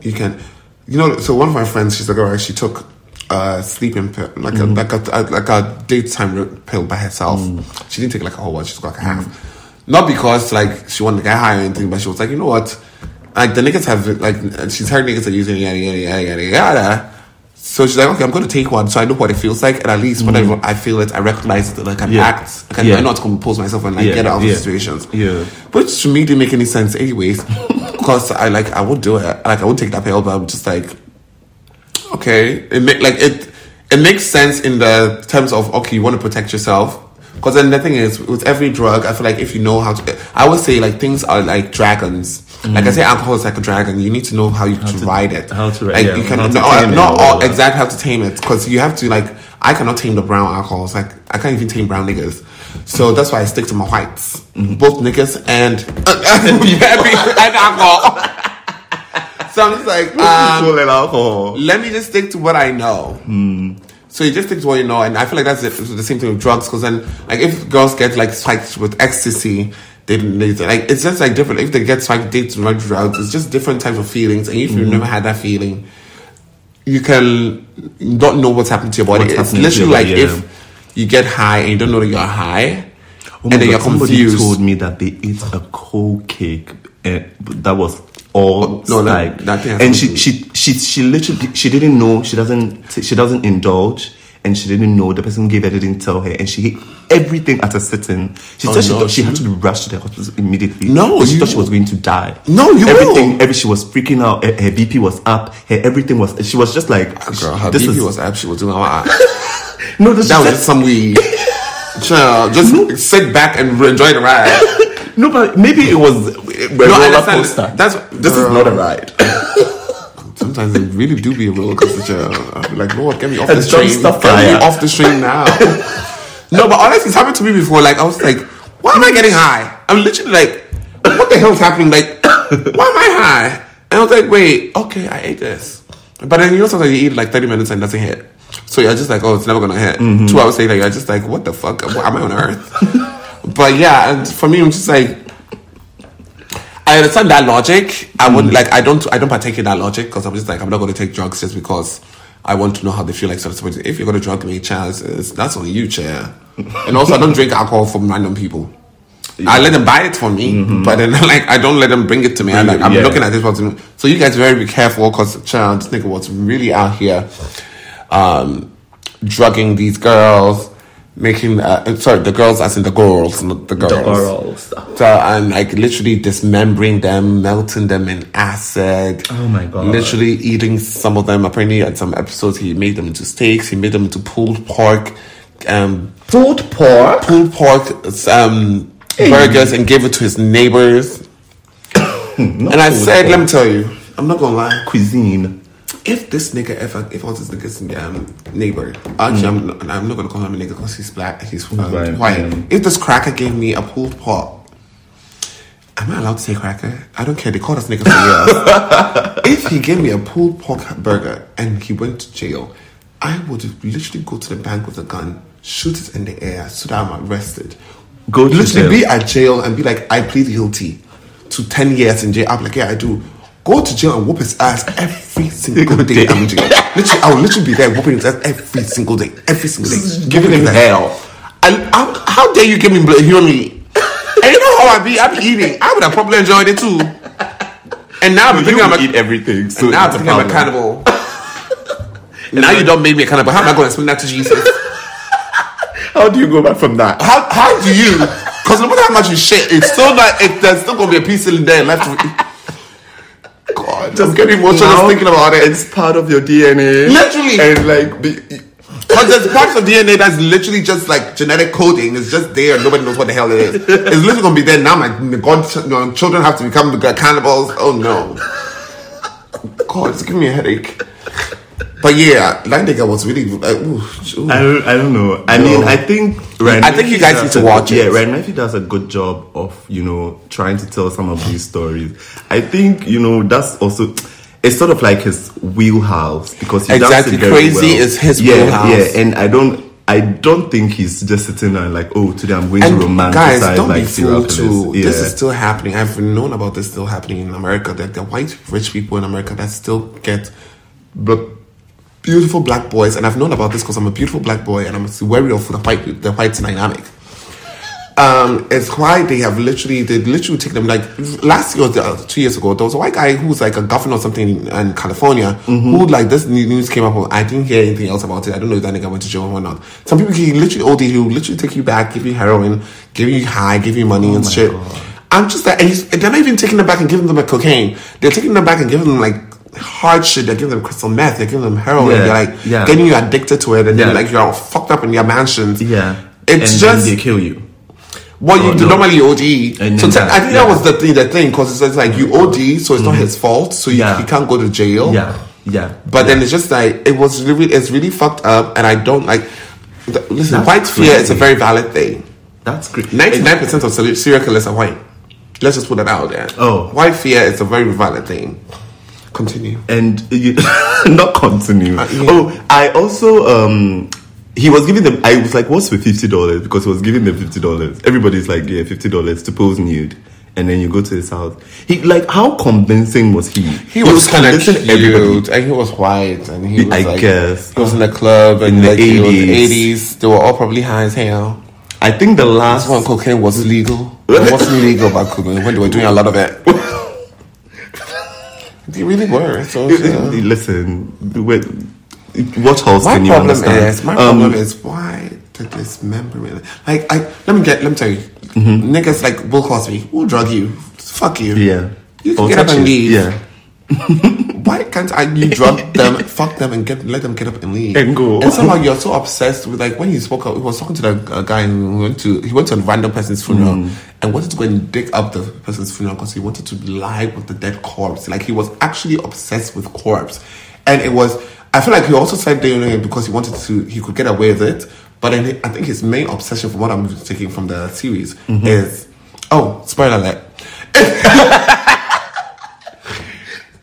Speaker 2: you can, you know. So one of my friends, she's a girl. She took a sleeping pill, like a like a, like a daytime r- pill by herself. She didn't take like a whole one. She took like a half. Not because like she wanted to get high or anything, but she was like, you know what. Like the niggas have like she's heard niggas are using yada yada yada yada yada, so she's like, okay, I'm going to take one so I know what it feels like. And at least when I, I feel it, I recognize it, like I can
Speaker 3: Mm. Yeah.
Speaker 2: act, I can
Speaker 3: Yeah.
Speaker 2: I know how to compose myself and like
Speaker 3: Yeah.
Speaker 2: get out of
Speaker 3: Yeah.
Speaker 2: situations.
Speaker 3: Yeah.
Speaker 2: Which to me didn't make any sense anyways. Because I like, I would do it. Like, I would take that pill, but I'm just like, okay. It make, like, it, it makes sense in the terms of, okay, you want to protect yourself. Because then the thing is, with every drug, I feel like if you know how to, I would say like things are like dragons. Like I say, alcohol is like a dragon. You need to know how you to,
Speaker 3: to-
Speaker 2: ride it.
Speaker 3: Mm. how to ri-
Speaker 2: like
Speaker 3: yeah,
Speaker 2: you can
Speaker 3: how to
Speaker 2: not,
Speaker 3: tame it
Speaker 2: not
Speaker 3: and all
Speaker 2: all
Speaker 3: that.
Speaker 2: exactly exactly how to tame it because you have to like I cannot tame the brown alcohols. Like I can't even tame brown niggas. So that's why I stick to my whites,
Speaker 3: Mm-hmm.
Speaker 2: both niggas and and alcohol. so I'm just like, um,
Speaker 3: People and alcohol
Speaker 2: let me just stick to what I know.
Speaker 3: Hmm.
Speaker 2: So you just stick to what you know, and I feel like that's it. It's the same thing with drugs, because then, like, if girls get like spiked with ecstasy, they, they like it's just like different. If they get spiked, they drug drugs. It's just different types of feelings, and if
Speaker 3: Hmm.
Speaker 2: you've never had that feeling, you can not know what's happened to your body.
Speaker 3: What's
Speaker 2: it's
Speaker 3: happening to your
Speaker 2: literally like
Speaker 3: body, yeah.
Speaker 2: if you get high and you don't know that you're high,
Speaker 3: Oh my
Speaker 2: and
Speaker 3: God,
Speaker 2: then you're
Speaker 3: somebody
Speaker 2: confused.
Speaker 3: told me that they ate a cold cake and that was all
Speaker 2: no, no,
Speaker 3: like
Speaker 2: that thing has
Speaker 3: and she
Speaker 2: nothing-
Speaker 3: she she she literally she didn't know she doesn't she doesn't indulge and she didn't know the person who gave her didn't tell her and she ate everything at a sitting. She
Speaker 2: Oh,
Speaker 3: said she
Speaker 2: no,
Speaker 3: thought she
Speaker 2: she-
Speaker 3: had to be rushed to the hospital immediately.
Speaker 2: No,
Speaker 3: because she
Speaker 2: you-
Speaker 3: thought she was going to die.
Speaker 2: No, you
Speaker 3: everything.
Speaker 2: will.
Speaker 3: Every she was freaking out. Her, her BP was up. Her everything was. She was just like
Speaker 2: Ah, Girl, her
Speaker 3: this
Speaker 2: baby
Speaker 3: is-
Speaker 2: was actually was doing all right.
Speaker 3: no. This
Speaker 2: That was
Speaker 3: is-
Speaker 2: just some weed. Child, just sit back and enjoy the ride.
Speaker 3: no, but maybe it was a
Speaker 2: I
Speaker 3: roller
Speaker 2: understand.
Speaker 3: coaster.
Speaker 2: That's-
Speaker 3: this is
Speaker 2: Girl.
Speaker 3: not a ride.
Speaker 2: Sometimes it really do be a roller coaster, child. I'll be like, Lord, get me off
Speaker 3: A
Speaker 2: this train.
Speaker 3: dumpster
Speaker 2: Get
Speaker 3: fire.
Speaker 2: me off this train now. no, but honestly, it's happened to me before. Like, I was like, why am I getting high? I'm literally like, what the hell is happening? Like, why am I high? And I was like, wait, okay, I ate this. But then you know sometimes you eat like 30 minutes and it doesn't hit. So you're just like, oh, it's never gonna hit.
Speaker 3: Mm-hmm.
Speaker 2: Two hours later, you're just like, what the fuck? Why am I on earth? but yeah, and for me, I'm just like, I understand that logic. I would like I don't I don't partake in that logic because I'm just like I'm not going to take drugs just because I want to know how they feel like. So it's- if you're going to drug me, chances that's on you, chair. and also I don't drink alcohol from random people. I let them buy it for me, but then like I don't let them bring it to me. I, like, I'm
Speaker 3: Yeah.
Speaker 2: looking at this person. So you guys very be careful because child, this nigga was really out here, um, drugging these girls, making uh, sorry the girls as in the girls, not the girls. So I'm like literally dismembering them, melting them in acid.
Speaker 3: Oh my God.
Speaker 2: Literally eating some of them. Apparently, at some episodes, he made them into steaks. He made them into pulled pork, um,
Speaker 3: Pulled pork.
Speaker 2: pulled pork um, burgers, and gave it to his neighbors. and I
Speaker 3: pulled
Speaker 2: said,
Speaker 3: pork.
Speaker 2: let me tell you, I'm not gonna lie.
Speaker 3: Cuisine.
Speaker 2: If this nigga ever, if I was this nigga's um, neighbor, actually, I'm, not, I'm not gonna call him a nigga because he's black, he's um,
Speaker 3: Mm-hmm. Right,
Speaker 2: white.
Speaker 3: yeah.
Speaker 2: If this cracker gave me a pulled pork, am I allowed to say cracker? I don't care. They call us niggas for years. if he gave me a pulled pork burger and he went to jail, I would literally go to the bank with a gun, shoot it in the air, so that I'm arrested.
Speaker 3: Go to jail.
Speaker 2: literally be at jail and be like, I plead guilty to ten years in jail. I'm like, yeah, I do. Go to jail and whoop his ass every single
Speaker 3: Single
Speaker 2: day.
Speaker 3: day.
Speaker 2: I'm in jail. Literally, I will literally be there whooping his ass every single day, every single day,
Speaker 3: giving him
Speaker 2: hell. And I'm, how dare you give me bl- hear me? and you know how I be? I be eating. I would have probably enjoyed it too. And now I'm
Speaker 3: You
Speaker 2: thinking I'm a,
Speaker 3: will eat everything. So
Speaker 2: and now I'm
Speaker 3: it's a
Speaker 2: thinking I'm a
Speaker 3: problem.
Speaker 2: cannibal. now you don't make me a cannibal. How am I going to explain that to Jesus?
Speaker 3: How do you go back from that?
Speaker 2: How how do you? Because no matter how much you shit, it's still not. It, there's still gonna be a piece in there left. with- God, I'm getting emotional just
Speaker 3: Now,
Speaker 2: thinking about it.
Speaker 3: It's part of your DNA.
Speaker 2: Literally.
Speaker 3: And like, be,
Speaker 2: Because there's parts of DNA that's literally just like genetic coding. It's just there. Nobody knows what the hell it is. It's literally gonna be there now. My God, you know, children have to become cannibals. Oh no. God, it's giving me a headache. But yeah, that nigga was really. Like, ooh, ooh.
Speaker 3: I don't, I don't know. I
Speaker 2: No.
Speaker 3: mean, I think
Speaker 2: I think you guys
Speaker 3: does
Speaker 2: need to
Speaker 3: a
Speaker 2: watch
Speaker 3: good,
Speaker 2: it.
Speaker 3: Yeah, Ryan Murphy does a good job of you know trying to tell some of these stories. I think you know that's also it's sort of like his wheelhouse because he
Speaker 2: Exactly.
Speaker 3: does it very
Speaker 2: Crazy
Speaker 3: well.
Speaker 2: is his
Speaker 3: yeah,
Speaker 2: wheelhouse.
Speaker 3: Yeah, and I don't. I don't think he's just sitting there like, oh, today I'm going
Speaker 2: And
Speaker 3: to romanticize
Speaker 2: guys, don't
Speaker 3: like
Speaker 2: be
Speaker 3: serial
Speaker 2: fooled too.
Speaker 3: killers. Yeah.
Speaker 2: This is still happening. I've known about this still happening in America. That the white rich people in America that still get bl- beautiful black boys, and I've known about this because I'm a beautiful black boy, and I'm wary of the white the white dynamic. Um, it's why they have literally they literally take them like last year, uh, two years ago. There was a white guy who was like a governor or something in, in California
Speaker 3: Mm-hmm.
Speaker 2: who like this new- news came up. on. I didn't hear anything else about it. I don't know if that nigga went to jail or not. Some people can literally OD who literally take you back, give you heroin, give you high, give you
Speaker 3: Oh
Speaker 2: money and shit. I'm just like, and he's- and they're not even taking them back and giving them like cocaine. They're taking them back and giving them like hard shit. They're giving them crystal meth. They're giving them heroin.
Speaker 3: Yeah,
Speaker 2: They're like
Speaker 3: yeah.
Speaker 2: getting you addicted to it, and
Speaker 3: Yeah.
Speaker 2: then like you're all fucked up in your mansions.
Speaker 3: yeah.
Speaker 2: it's
Speaker 3: and
Speaker 2: just
Speaker 3: then they kill you.
Speaker 2: well, you
Speaker 3: Oh,
Speaker 2: do
Speaker 3: no.
Speaker 2: normally OD.
Speaker 3: And
Speaker 2: so
Speaker 3: then
Speaker 2: te-
Speaker 3: that-
Speaker 2: I think
Speaker 3: yeah.
Speaker 2: that
Speaker 3: Mm-hmm.
Speaker 2: was the thing, the thing, because it's, it's like you OD, so it's not his fault, so you,
Speaker 3: Yeah.
Speaker 2: he can't go to jail.
Speaker 3: Yeah, yeah.
Speaker 2: Oh. But then it's just like it was really, it's really fucked up, and I don't like. th- listen,
Speaker 3: That's
Speaker 2: white fear is a
Speaker 3: crazy.
Speaker 2: very valid thing.
Speaker 3: that's great.
Speaker 2: Ninety-nine percent of seri- serial killers are white. Let's just put that out there.
Speaker 3: Oh.
Speaker 2: white fear is a very valid thing. Continue.
Speaker 3: and you, not continue.
Speaker 2: Uh, yeah.
Speaker 3: Oh, I also um, he was giving them. I was like, "What's with fifty dollars?" Because he was giving them fifty dollars. Everybody's like, "Yeah, fifty dollars to pose nude." And then you go to his house. He like how convincing was he?
Speaker 2: He was, kind of
Speaker 3: convincing
Speaker 2: cute, and he was white, and he was
Speaker 3: I
Speaker 2: like,
Speaker 3: guess.
Speaker 2: he was in the club and
Speaker 3: In the
Speaker 2: like, he was
Speaker 3: 80s.
Speaker 2: eighties. They were all probably high as hell.
Speaker 3: I think the last
Speaker 2: That's when cocaine was legal. It wasn't legal back then when they were doing a lot of it. They really were. So, yeah.
Speaker 3: Eh, Listen, with, what else
Speaker 2: my
Speaker 3: can you
Speaker 2: problem
Speaker 3: understand?
Speaker 2: is my
Speaker 3: Um,
Speaker 2: problem is why the dismemberment. Like I let me get let me tell you, niggas like Will Cosby who drug you, fuck you.
Speaker 3: Mm-hmm. Yeah.
Speaker 2: you
Speaker 3: Or
Speaker 2: can get up
Speaker 3: touch
Speaker 2: and
Speaker 3: it.
Speaker 2: leave.
Speaker 3: Yeah.
Speaker 2: Why can't I? You drug them, fuck them, and get let them get up and leave
Speaker 3: And go.
Speaker 2: And somehow you're so obsessed with like when he spoke out, he was talking to that uh, guy and went to he went to a random person's funeral
Speaker 3: Mm.
Speaker 2: and wanted to go and dig up the person's funeral because he wanted to lie with the dead corpse. Like he was actually obsessed with corpse, and it was. I feel like he also said they only because he wanted to, he could get away with it. But then I think his main obsession, from what I'm taking from the series,
Speaker 3: Mm-hmm.
Speaker 2: is oh spoiler alert.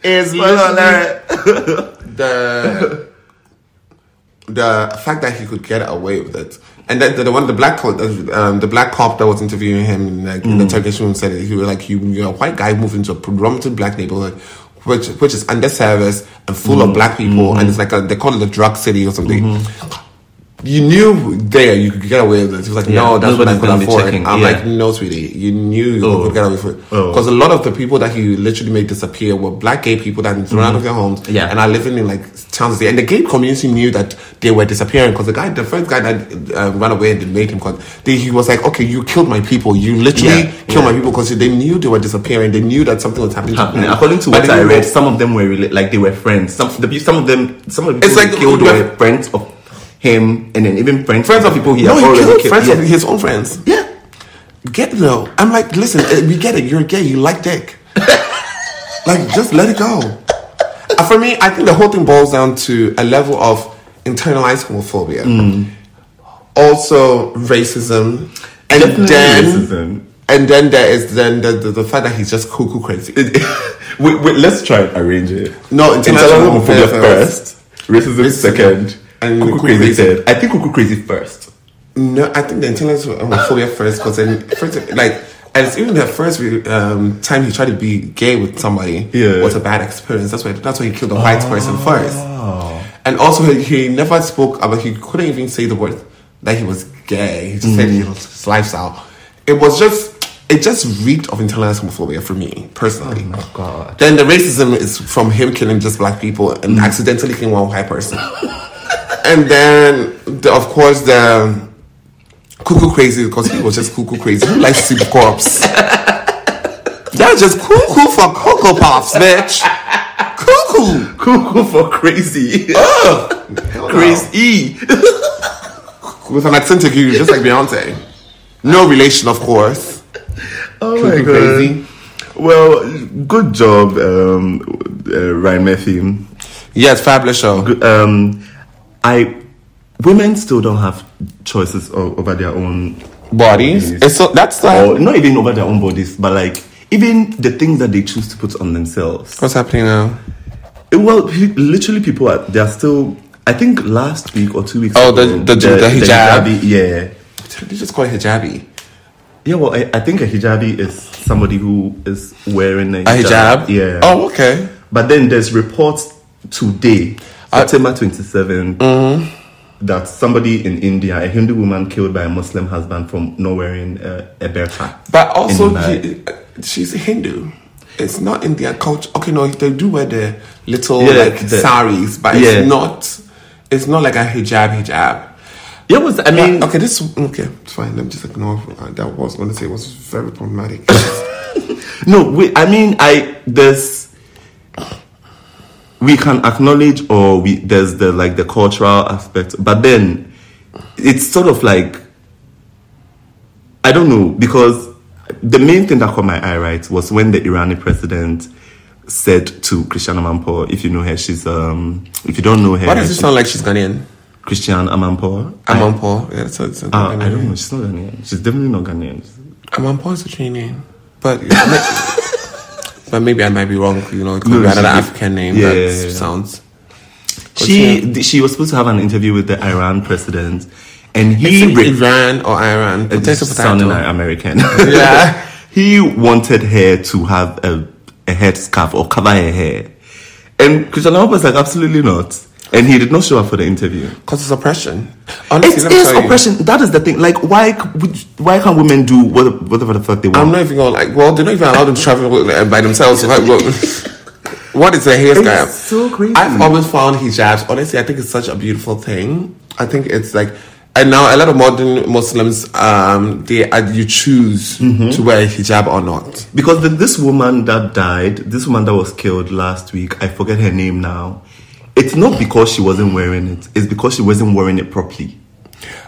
Speaker 2: is literally the the fact that he could get away with it. And then the, the one, the black, co- um, the black cop that was interviewing him like, in the
Speaker 3: Mm.
Speaker 2: Turkish room said it. He was like, you, "You're a white guy moving to a predominantly black neighborhood, which which is underserviced and full
Speaker 3: Mm.
Speaker 2: of black people,
Speaker 3: Mm-hmm.
Speaker 2: and it's like a, they call it a drug city or something." You knew there you could get away with it. He was like,
Speaker 3: Yeah,
Speaker 2: "No, that's what I
Speaker 3: nobody's
Speaker 2: could
Speaker 3: gonna be
Speaker 2: afford."
Speaker 3: checking,
Speaker 2: I'm
Speaker 3: yeah.
Speaker 2: like, "No, sweetie, you knew you
Speaker 3: Oh.
Speaker 2: could get away with it."
Speaker 3: Oh.
Speaker 2: Because a lot of the people that he literally made disappear were black gay people that had been thrown out of their homes
Speaker 3: Mm-hmm. Yeah.
Speaker 2: and are living in like towns. And the gay community knew that they were disappearing because the guy, the first guy that uh, ran away and they made him, because he was like, okay, you killed my people. You literally
Speaker 3: Yeah,
Speaker 2: killed
Speaker 3: yeah.
Speaker 2: my people because they knew they were disappearing. They knew that something was happening. to
Speaker 3: happening.
Speaker 2: them.
Speaker 3: According to
Speaker 2: But
Speaker 3: what
Speaker 2: they
Speaker 3: I
Speaker 2: didn't
Speaker 3: read,
Speaker 2: know.
Speaker 3: some of them were rela- like they were friends. Some the, pe- some of them, some of the
Speaker 2: It's
Speaker 3: people
Speaker 2: like
Speaker 3: he killed
Speaker 2: the-
Speaker 3: were friends of him, and then even friends
Speaker 2: friends
Speaker 3: of
Speaker 2: of
Speaker 3: the people he had
Speaker 2: no,
Speaker 3: already
Speaker 2: killed
Speaker 3: killed.
Speaker 2: friends
Speaker 3: yeah.
Speaker 2: of his own friends.
Speaker 3: yeah.
Speaker 2: Get though. I'm like, listen, eh, we get it. You're gay. You like dick. like, just let it go. And for me, I think the whole thing boils down to a level of internalized homophobia,
Speaker 3: Mm.
Speaker 2: also racism, and
Speaker 3: Definitely
Speaker 2: then
Speaker 3: racism.
Speaker 2: and then there is then the, the, the fact that he's just cuckoo crazy.
Speaker 3: wait, wait, let's try and arrange it.
Speaker 2: No,
Speaker 3: international
Speaker 2: international
Speaker 3: homophobia
Speaker 2: homophobia
Speaker 3: first, racism,
Speaker 2: Racism.
Speaker 3: second, and
Speaker 2: And
Speaker 3: cuckoo
Speaker 2: cuckoo
Speaker 3: crazy
Speaker 2: crazy.
Speaker 3: third. I think cuckoo crazy first.
Speaker 2: No, I think the intelligence was homophobia um, first because then first like and it's even the first um, time he tried to be gay with somebody
Speaker 3: Yeah.
Speaker 2: was a bad experience. That's why that's why he killed a white person first. And also he, he never spoke about he couldn't even say the word that he was gay. He just said he was- his lifestyle. It was just it just reeked of internalized homophobia for me personally.
Speaker 3: my God.
Speaker 2: Then the racism is from him killing just black people and accidentally killing one white person. and then the, of course the cuckoo crazy because he was just cuckoo crazy. Who likes to see corpse? That's just cuckoo for cocoa pops, bitch. Cuckoo.
Speaker 3: Cuckoo for crazy, crazy.
Speaker 2: With an accent to you, just like Beyonce. No relation, of course.
Speaker 3: Oh
Speaker 2: Cuckoo
Speaker 3: my god.
Speaker 2: crazy.
Speaker 3: Well, good job, um, uh, Ryan Murphy.
Speaker 2: Yes, fabulous show.
Speaker 3: um, I women still don't have choices o- over their own
Speaker 2: Bodies. It's so, that's like,
Speaker 3: or not even over their own bodies, but like even the things that they choose to put on themselves.
Speaker 2: what's happening now.
Speaker 3: Eh, Well, pe- literally, people are they are still. I think last week or two weeks.
Speaker 2: Oh, the-
Speaker 3: ago,
Speaker 2: the- the hijab.
Speaker 3: hijabi- yeah.
Speaker 2: They just call it hijabi.
Speaker 3: Yeah, well, I, I think a hijabi is somebody who is wearing a
Speaker 2: A
Speaker 3: hijab.
Speaker 2: hijab?
Speaker 3: Yeah.
Speaker 2: Oh, okay.
Speaker 3: But then there's reports today,
Speaker 2: I-
Speaker 3: September 27th, that somebody in India, a Hindu woman killed by a Muslim husband from not wearing uh, a burqa.
Speaker 2: But also,
Speaker 3: in Mumbai.
Speaker 2: he, she's a Hindu. It's not in their culture. Okay, no, they do wear the little
Speaker 3: Yeah,
Speaker 2: like
Speaker 3: the-
Speaker 2: saris, but
Speaker 3: yeah.
Speaker 2: it's not. It's not like a hijab, hijab.
Speaker 3: yeah, it was, I
Speaker 2: Yeah,
Speaker 3: mean,
Speaker 2: okay, this okay, it's fine. Let me just ignore uh, that. Was going to say was very problematic.
Speaker 3: no, we, I mean, I, there's, we can acknowledge or we, there's the, like, the cultural aspect, but then it's sort of like, I don't know because the main thing that caught my eye right was when the Iranian president said to Christian Amanpour, if you know her, she's um, if you don't know her,
Speaker 2: Why does it
Speaker 3: she's
Speaker 2: sound like she's Ghanaian?
Speaker 3: Christian Amanpour.
Speaker 2: Amanpo. Yeah, so it's
Speaker 3: Uh, I don't know. She's not Ghanaian. She's definitely not Ghanaian.
Speaker 2: Amanpo is a Trini name, but but maybe I might be wrong. You know, it could
Speaker 3: No,
Speaker 2: be another
Speaker 3: she-
Speaker 2: African name
Speaker 3: yeah,
Speaker 2: that
Speaker 3: yeah, yeah, yeah.
Speaker 2: sounds.
Speaker 3: She th- she was supposed to have an interview with the Iran president, and he
Speaker 2: Is it
Speaker 3: re-
Speaker 2: Iran or Iran?
Speaker 3: It
Speaker 2: Potato,
Speaker 3: just sounded
Speaker 2: potato.
Speaker 3: like American.
Speaker 2: Yeah.
Speaker 3: he wanted her to have a, a headscarf or cover her hair. And Christian Lama was like, absolutely not. And he did not show up for the interview.
Speaker 2: Because it's oppression.
Speaker 3: It
Speaker 2: Honestly, let me
Speaker 3: is
Speaker 2: tell you.
Speaker 3: oppression. That is the thing. Like, why c- would- why can't women do what- whatever the fuck they want?
Speaker 2: I'm not even going to like. Well, they're not even allowed to travel with- by themselves. Like, well, What is a hairstyle?
Speaker 3: It's so crazy.
Speaker 2: I've always found hijabs. Honestly, I think it's such a beautiful thing. I think it's like, and now a lot of modern Muslims, um, they uh, you choose
Speaker 3: Mm-hmm.
Speaker 2: to wear a hijab or not.
Speaker 3: Because the, this woman that died, this woman that was killed last week, I forget her name now. It's not because she wasn't wearing it, it's because she wasn't wearing it properly.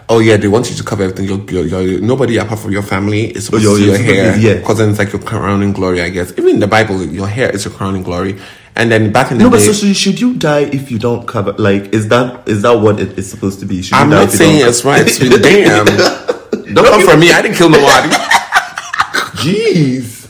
Speaker 2: Oh yeah, they want you to cover everything. Your, your, your nobody apart from your family is supposed
Speaker 3: Oh, Your-
Speaker 2: to see
Speaker 3: your-
Speaker 2: your hair.
Speaker 3: yeah.
Speaker 2: because then it's like your crowning glory, I guess. Even in the Bible, your hair is your crowning glory. And then back in the
Speaker 3: No, but
Speaker 2: day,
Speaker 3: so should, should you die if you don't cover? Like, is that is that what it is supposed to be? Should
Speaker 2: I'm
Speaker 3: you die
Speaker 2: not
Speaker 3: if you
Speaker 2: saying
Speaker 3: don't-
Speaker 2: it's right. It's been damn. Don't come for me. I didn't kill nobody. Jeez.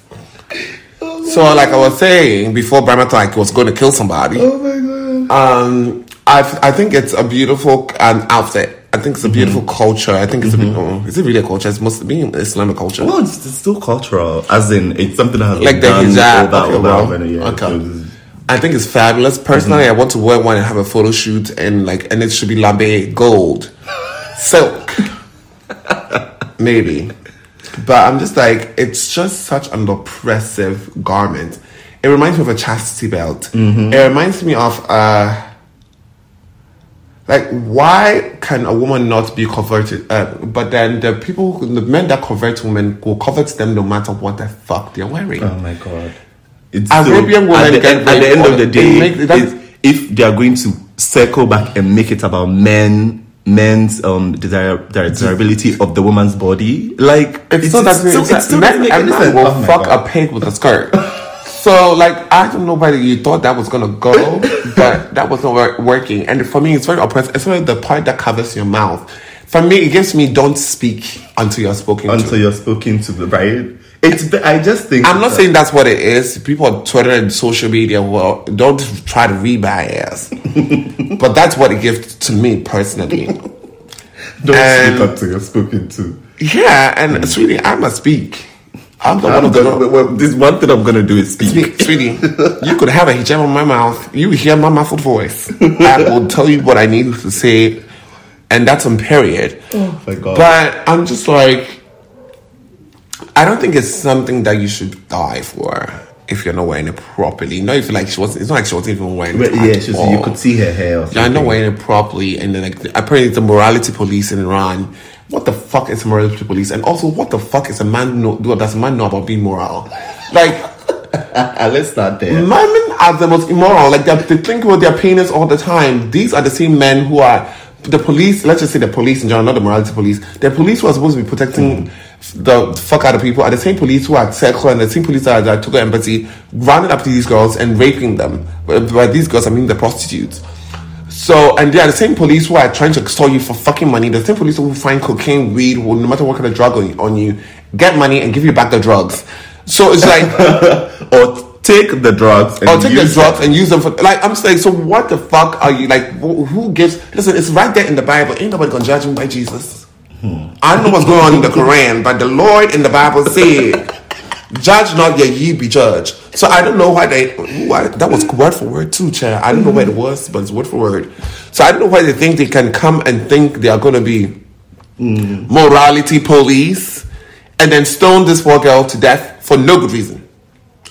Speaker 2: So, like I was saying before, Bramatak was going to kill somebody.
Speaker 3: Oh my god!
Speaker 2: Um, I I think it's a beautiful um, outfit. I think it's a beautiful
Speaker 3: Mm-hmm.
Speaker 2: culture. I think it's a oh, is it really a culture? It's Muslim, being Islamic culture.
Speaker 3: Well, it's, it's still cultural, as in it's something that has
Speaker 2: Like the
Speaker 3: done All
Speaker 2: hijab.
Speaker 3: that,
Speaker 2: Okay,
Speaker 3: all that,
Speaker 2: well,
Speaker 3: over the years.
Speaker 2: okay.
Speaker 3: So it's-
Speaker 2: I think it's fabulous. Personally, I want to wear one and have a photo shoot, and like, and it should be lambe gold, silk, maybe. But I'm just like, it's just such an oppressive garment. It reminds me of a chastity belt. It reminds me of uh, like why can a woman not be converted? Uh, but then the people, the men that convert women, will convert them no matter what the fuck they're wearing.
Speaker 3: Oh my god! It's
Speaker 2: Arabian
Speaker 3: at
Speaker 2: women
Speaker 3: the,
Speaker 2: can
Speaker 3: end, at the
Speaker 2: make
Speaker 3: end
Speaker 2: all-
Speaker 3: of the
Speaker 2: they
Speaker 3: day,
Speaker 2: make- that's-
Speaker 3: it's- if they are going to circle back and make it about men, men's um desire, desirability of the woman's body, like
Speaker 2: It's, not that
Speaker 3: still-
Speaker 2: serious.
Speaker 3: it still
Speaker 2: men
Speaker 3: doesn't make
Speaker 2: and
Speaker 3: any
Speaker 2: man
Speaker 3: sense.
Speaker 2: will
Speaker 3: Oh my
Speaker 2: fuck
Speaker 3: God.
Speaker 2: a pig with a skirt. so like I don't know whether you thought that was gonna go, but that wasn't wor- working. And for me, it's very oppressive. It's the part that covers your mouth. For me, it gives me don't speak until you're spoken to.
Speaker 3: until you're spoken to, right? It's the- I just think
Speaker 2: I'm not saying that's what it is. People on Twitter and social media, well, don't try to read my ass. but that's what it gives to me personally.
Speaker 3: don't
Speaker 2: and-
Speaker 3: speak until you're spoken to.
Speaker 2: yeah, and sweetie, I must speak. I'm the one
Speaker 3: Mm. I'm
Speaker 2: who's
Speaker 3: gonna,
Speaker 2: gonna.
Speaker 3: well, this one thing I'm gonna do is speak.
Speaker 2: Sweet- Sweetie, you could have a hijab on my mouth. You hear my muffled voice. I will tell you what I need to say, and that's on period.
Speaker 3: Oh my God.
Speaker 2: But I'm just like, I don't think it's something that you should die for if you're not wearing it properly. Not if like she was. It's not like she wasn't even wearing it.
Speaker 3: But yeah,
Speaker 2: at
Speaker 3: she was,
Speaker 2: all.
Speaker 3: you could see her hair. Or
Speaker 2: Yeah, I know
Speaker 3: something.
Speaker 2: wearing it properly, and then like apparently the morality police in Iran. What the fuck is morality police? And also, what the fuck is a man know? Does a man know about being moral? Like.
Speaker 3: Uh, let's start there.
Speaker 2: Men are the most immoral. Like they're- they think about their penis all the time. These are the same men who are the police. Let's just say the police in general, not the morality police. The police who are supposed to be protecting the fuck out of people are the same police who are at Circle and the same police that, that took embassy, rounding up these girls and raping them. By by these girls, I mean the prostitutes. So, and they are the same police who are trying to extort you for fucking money. The same police who will find cocaine, weed, will, no matter what kind of drug on, on you, get money and give you back the drugs. So it's like.
Speaker 3: or take the drugs. And
Speaker 2: Or take the
Speaker 3: use
Speaker 2: drugs and use them for like I'm saying. So what the fuck are you like? Who, who gives? Listen, it's right there in the Bible. Ain't nobody gonna judge me by Jesus.
Speaker 3: Hmm.
Speaker 2: I don't know what's going on in the Quran, but the Lord in the Bible said, "Judge not, yet ye be judged." So I don't know why they. Why, that was word for word too, Chad. I don't know where it
Speaker 3: Hmm.
Speaker 2: was, but it's word for word. So I don't know why they think they can come and think they are gonna be morality police and then stone this poor girl to death for no good reason.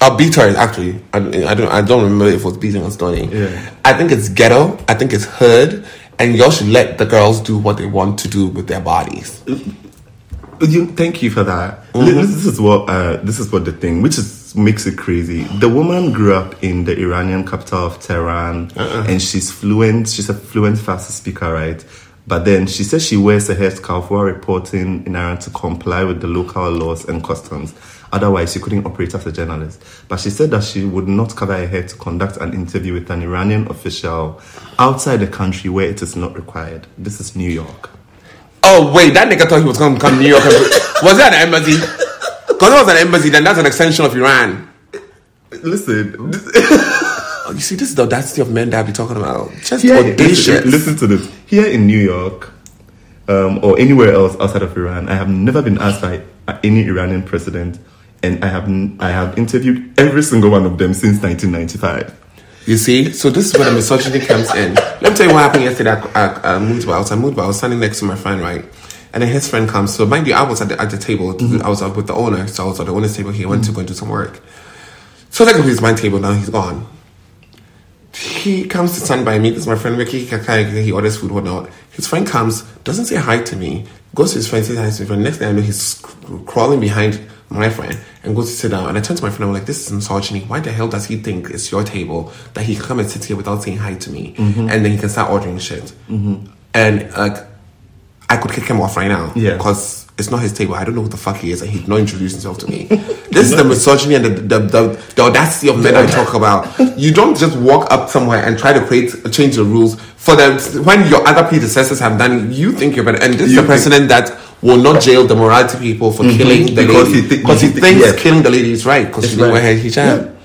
Speaker 2: Or beat her actually. I, I don't. I don't remember if it was beating or stoning.
Speaker 3: Yeah.
Speaker 2: I think it's ghetto. I think it's hood. And y'all should let the girls do what they want to do with their bodies.
Speaker 3: You, thank you for that. Li- This is what uh, this is what the thing, which is makes it crazy. The woman grew up in the Iranian capital of Tehran, and she's fluent. She's a fluent Farsi speaker, right? But then she says she wears a headscarf while reporting in Iran to comply with the local laws and customs. Otherwise, she couldn't operate as a journalist. But she said that she would not cover her head to conduct an interview with an Iranian official outside the country where it is not required. This is New York.
Speaker 2: Oh wait, that nigga thought he was gonna come to New York. and- was that an embassy? Because it was an embassy, then that's an extension of Iran.
Speaker 3: Listen, this-
Speaker 2: Oh, you see, this is the audacity of men that I be talking about. Just
Speaker 3: Here-
Speaker 2: audacious.
Speaker 3: Listen, listen to this. Here in New York, um, or anywhere else outside of Iran, I have never been asked by uh, any Iranian president, and I have n- I have interviewed every single one of them since 1995.
Speaker 2: You see, so this is where the misogyny comes in. Let me tell you what happened yesterday at, at uh, Moodba. I was at Moodba. I was standing next to my friend, right? And then his friend comes. So mind you, I was at the, at the table. I was up with the "Oh, owner, so I was at the owner's table. He went to go and do some work. So technically, it's my table now. He's gone. he comes to stand by me. This is my friend Ricky Kakai. He orders food, whatnot. His friend comes, doesn't say hi to me, goes to his friend, says hi to his friend. Next thing I know, he's sc- crawling behind my friend and goes to sit down. And I turn to my friend, I'm like, this is misogyny. Why the hell does he think it's your table that he can come and sit here without saying hi to me? And then he can start ordering shit. And like, I could kick him off right now.
Speaker 3: Yeah.
Speaker 2: Because it's not his table. I don't know who the fuck he is, and he'd not introduce himself to me. this is the misogyny and the, the, the, the audacity of men I talk about. You don't just walk up somewhere and try to create uh, change the rules for them when your other predecessors have done. it, You think you're better, and this
Speaker 3: You
Speaker 2: is a
Speaker 3: think- Mm-hmm.
Speaker 2: precedent that will not jail the morality people for killing the
Speaker 3: Because
Speaker 2: lady
Speaker 3: he thi-
Speaker 2: because he,
Speaker 3: he thi-
Speaker 2: thinks
Speaker 3: yeah.
Speaker 2: killing the lady is right because she didn't
Speaker 3: right.
Speaker 2: wear her hijab.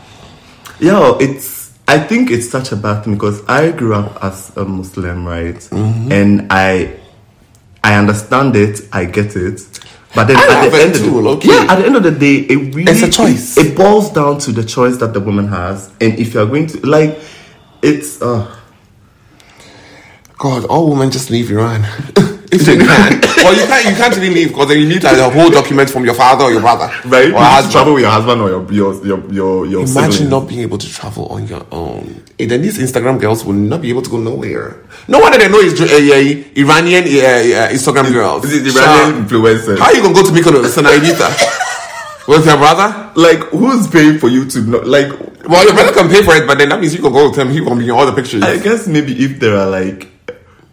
Speaker 3: Yo, it's. I think it's such a bad thing because I grew up as a Muslim, right?
Speaker 2: Mm-hmm.
Speaker 3: And I, I understand it. I get it. But then
Speaker 2: I
Speaker 3: at
Speaker 2: have
Speaker 3: the
Speaker 2: it
Speaker 3: end of
Speaker 2: too,
Speaker 3: the,
Speaker 2: okay.
Speaker 3: yeah, at the end of the day, it really
Speaker 2: It's a choice.
Speaker 3: It, boils down to the choice that the woman has, and if you are going to like, it's. Uh,
Speaker 2: God, all women just leave Iran. If they can, well, you can't. You can't really leave because then you need like, a whole document from your father or your brother,
Speaker 3: Right?
Speaker 2: Or husband.
Speaker 3: travel with your husband or your your your your, your
Speaker 2: Imagine
Speaker 3: sibling.
Speaker 2: not being able to travel on your own. And then these Instagram girls will not be able to go nowhere. No wonder they know is uh, uh, Iranian uh, uh, Instagram girls.
Speaker 3: This is Iranian influencer.
Speaker 2: Sha, How you gonna go to Mykonos and Ibiza with your brother?
Speaker 3: Like who's paying for you to not like?
Speaker 2: Well, your brother can pay for it, but then that means you can go with him. He gonna be in all the pictures.
Speaker 3: I guess maybe if there are like.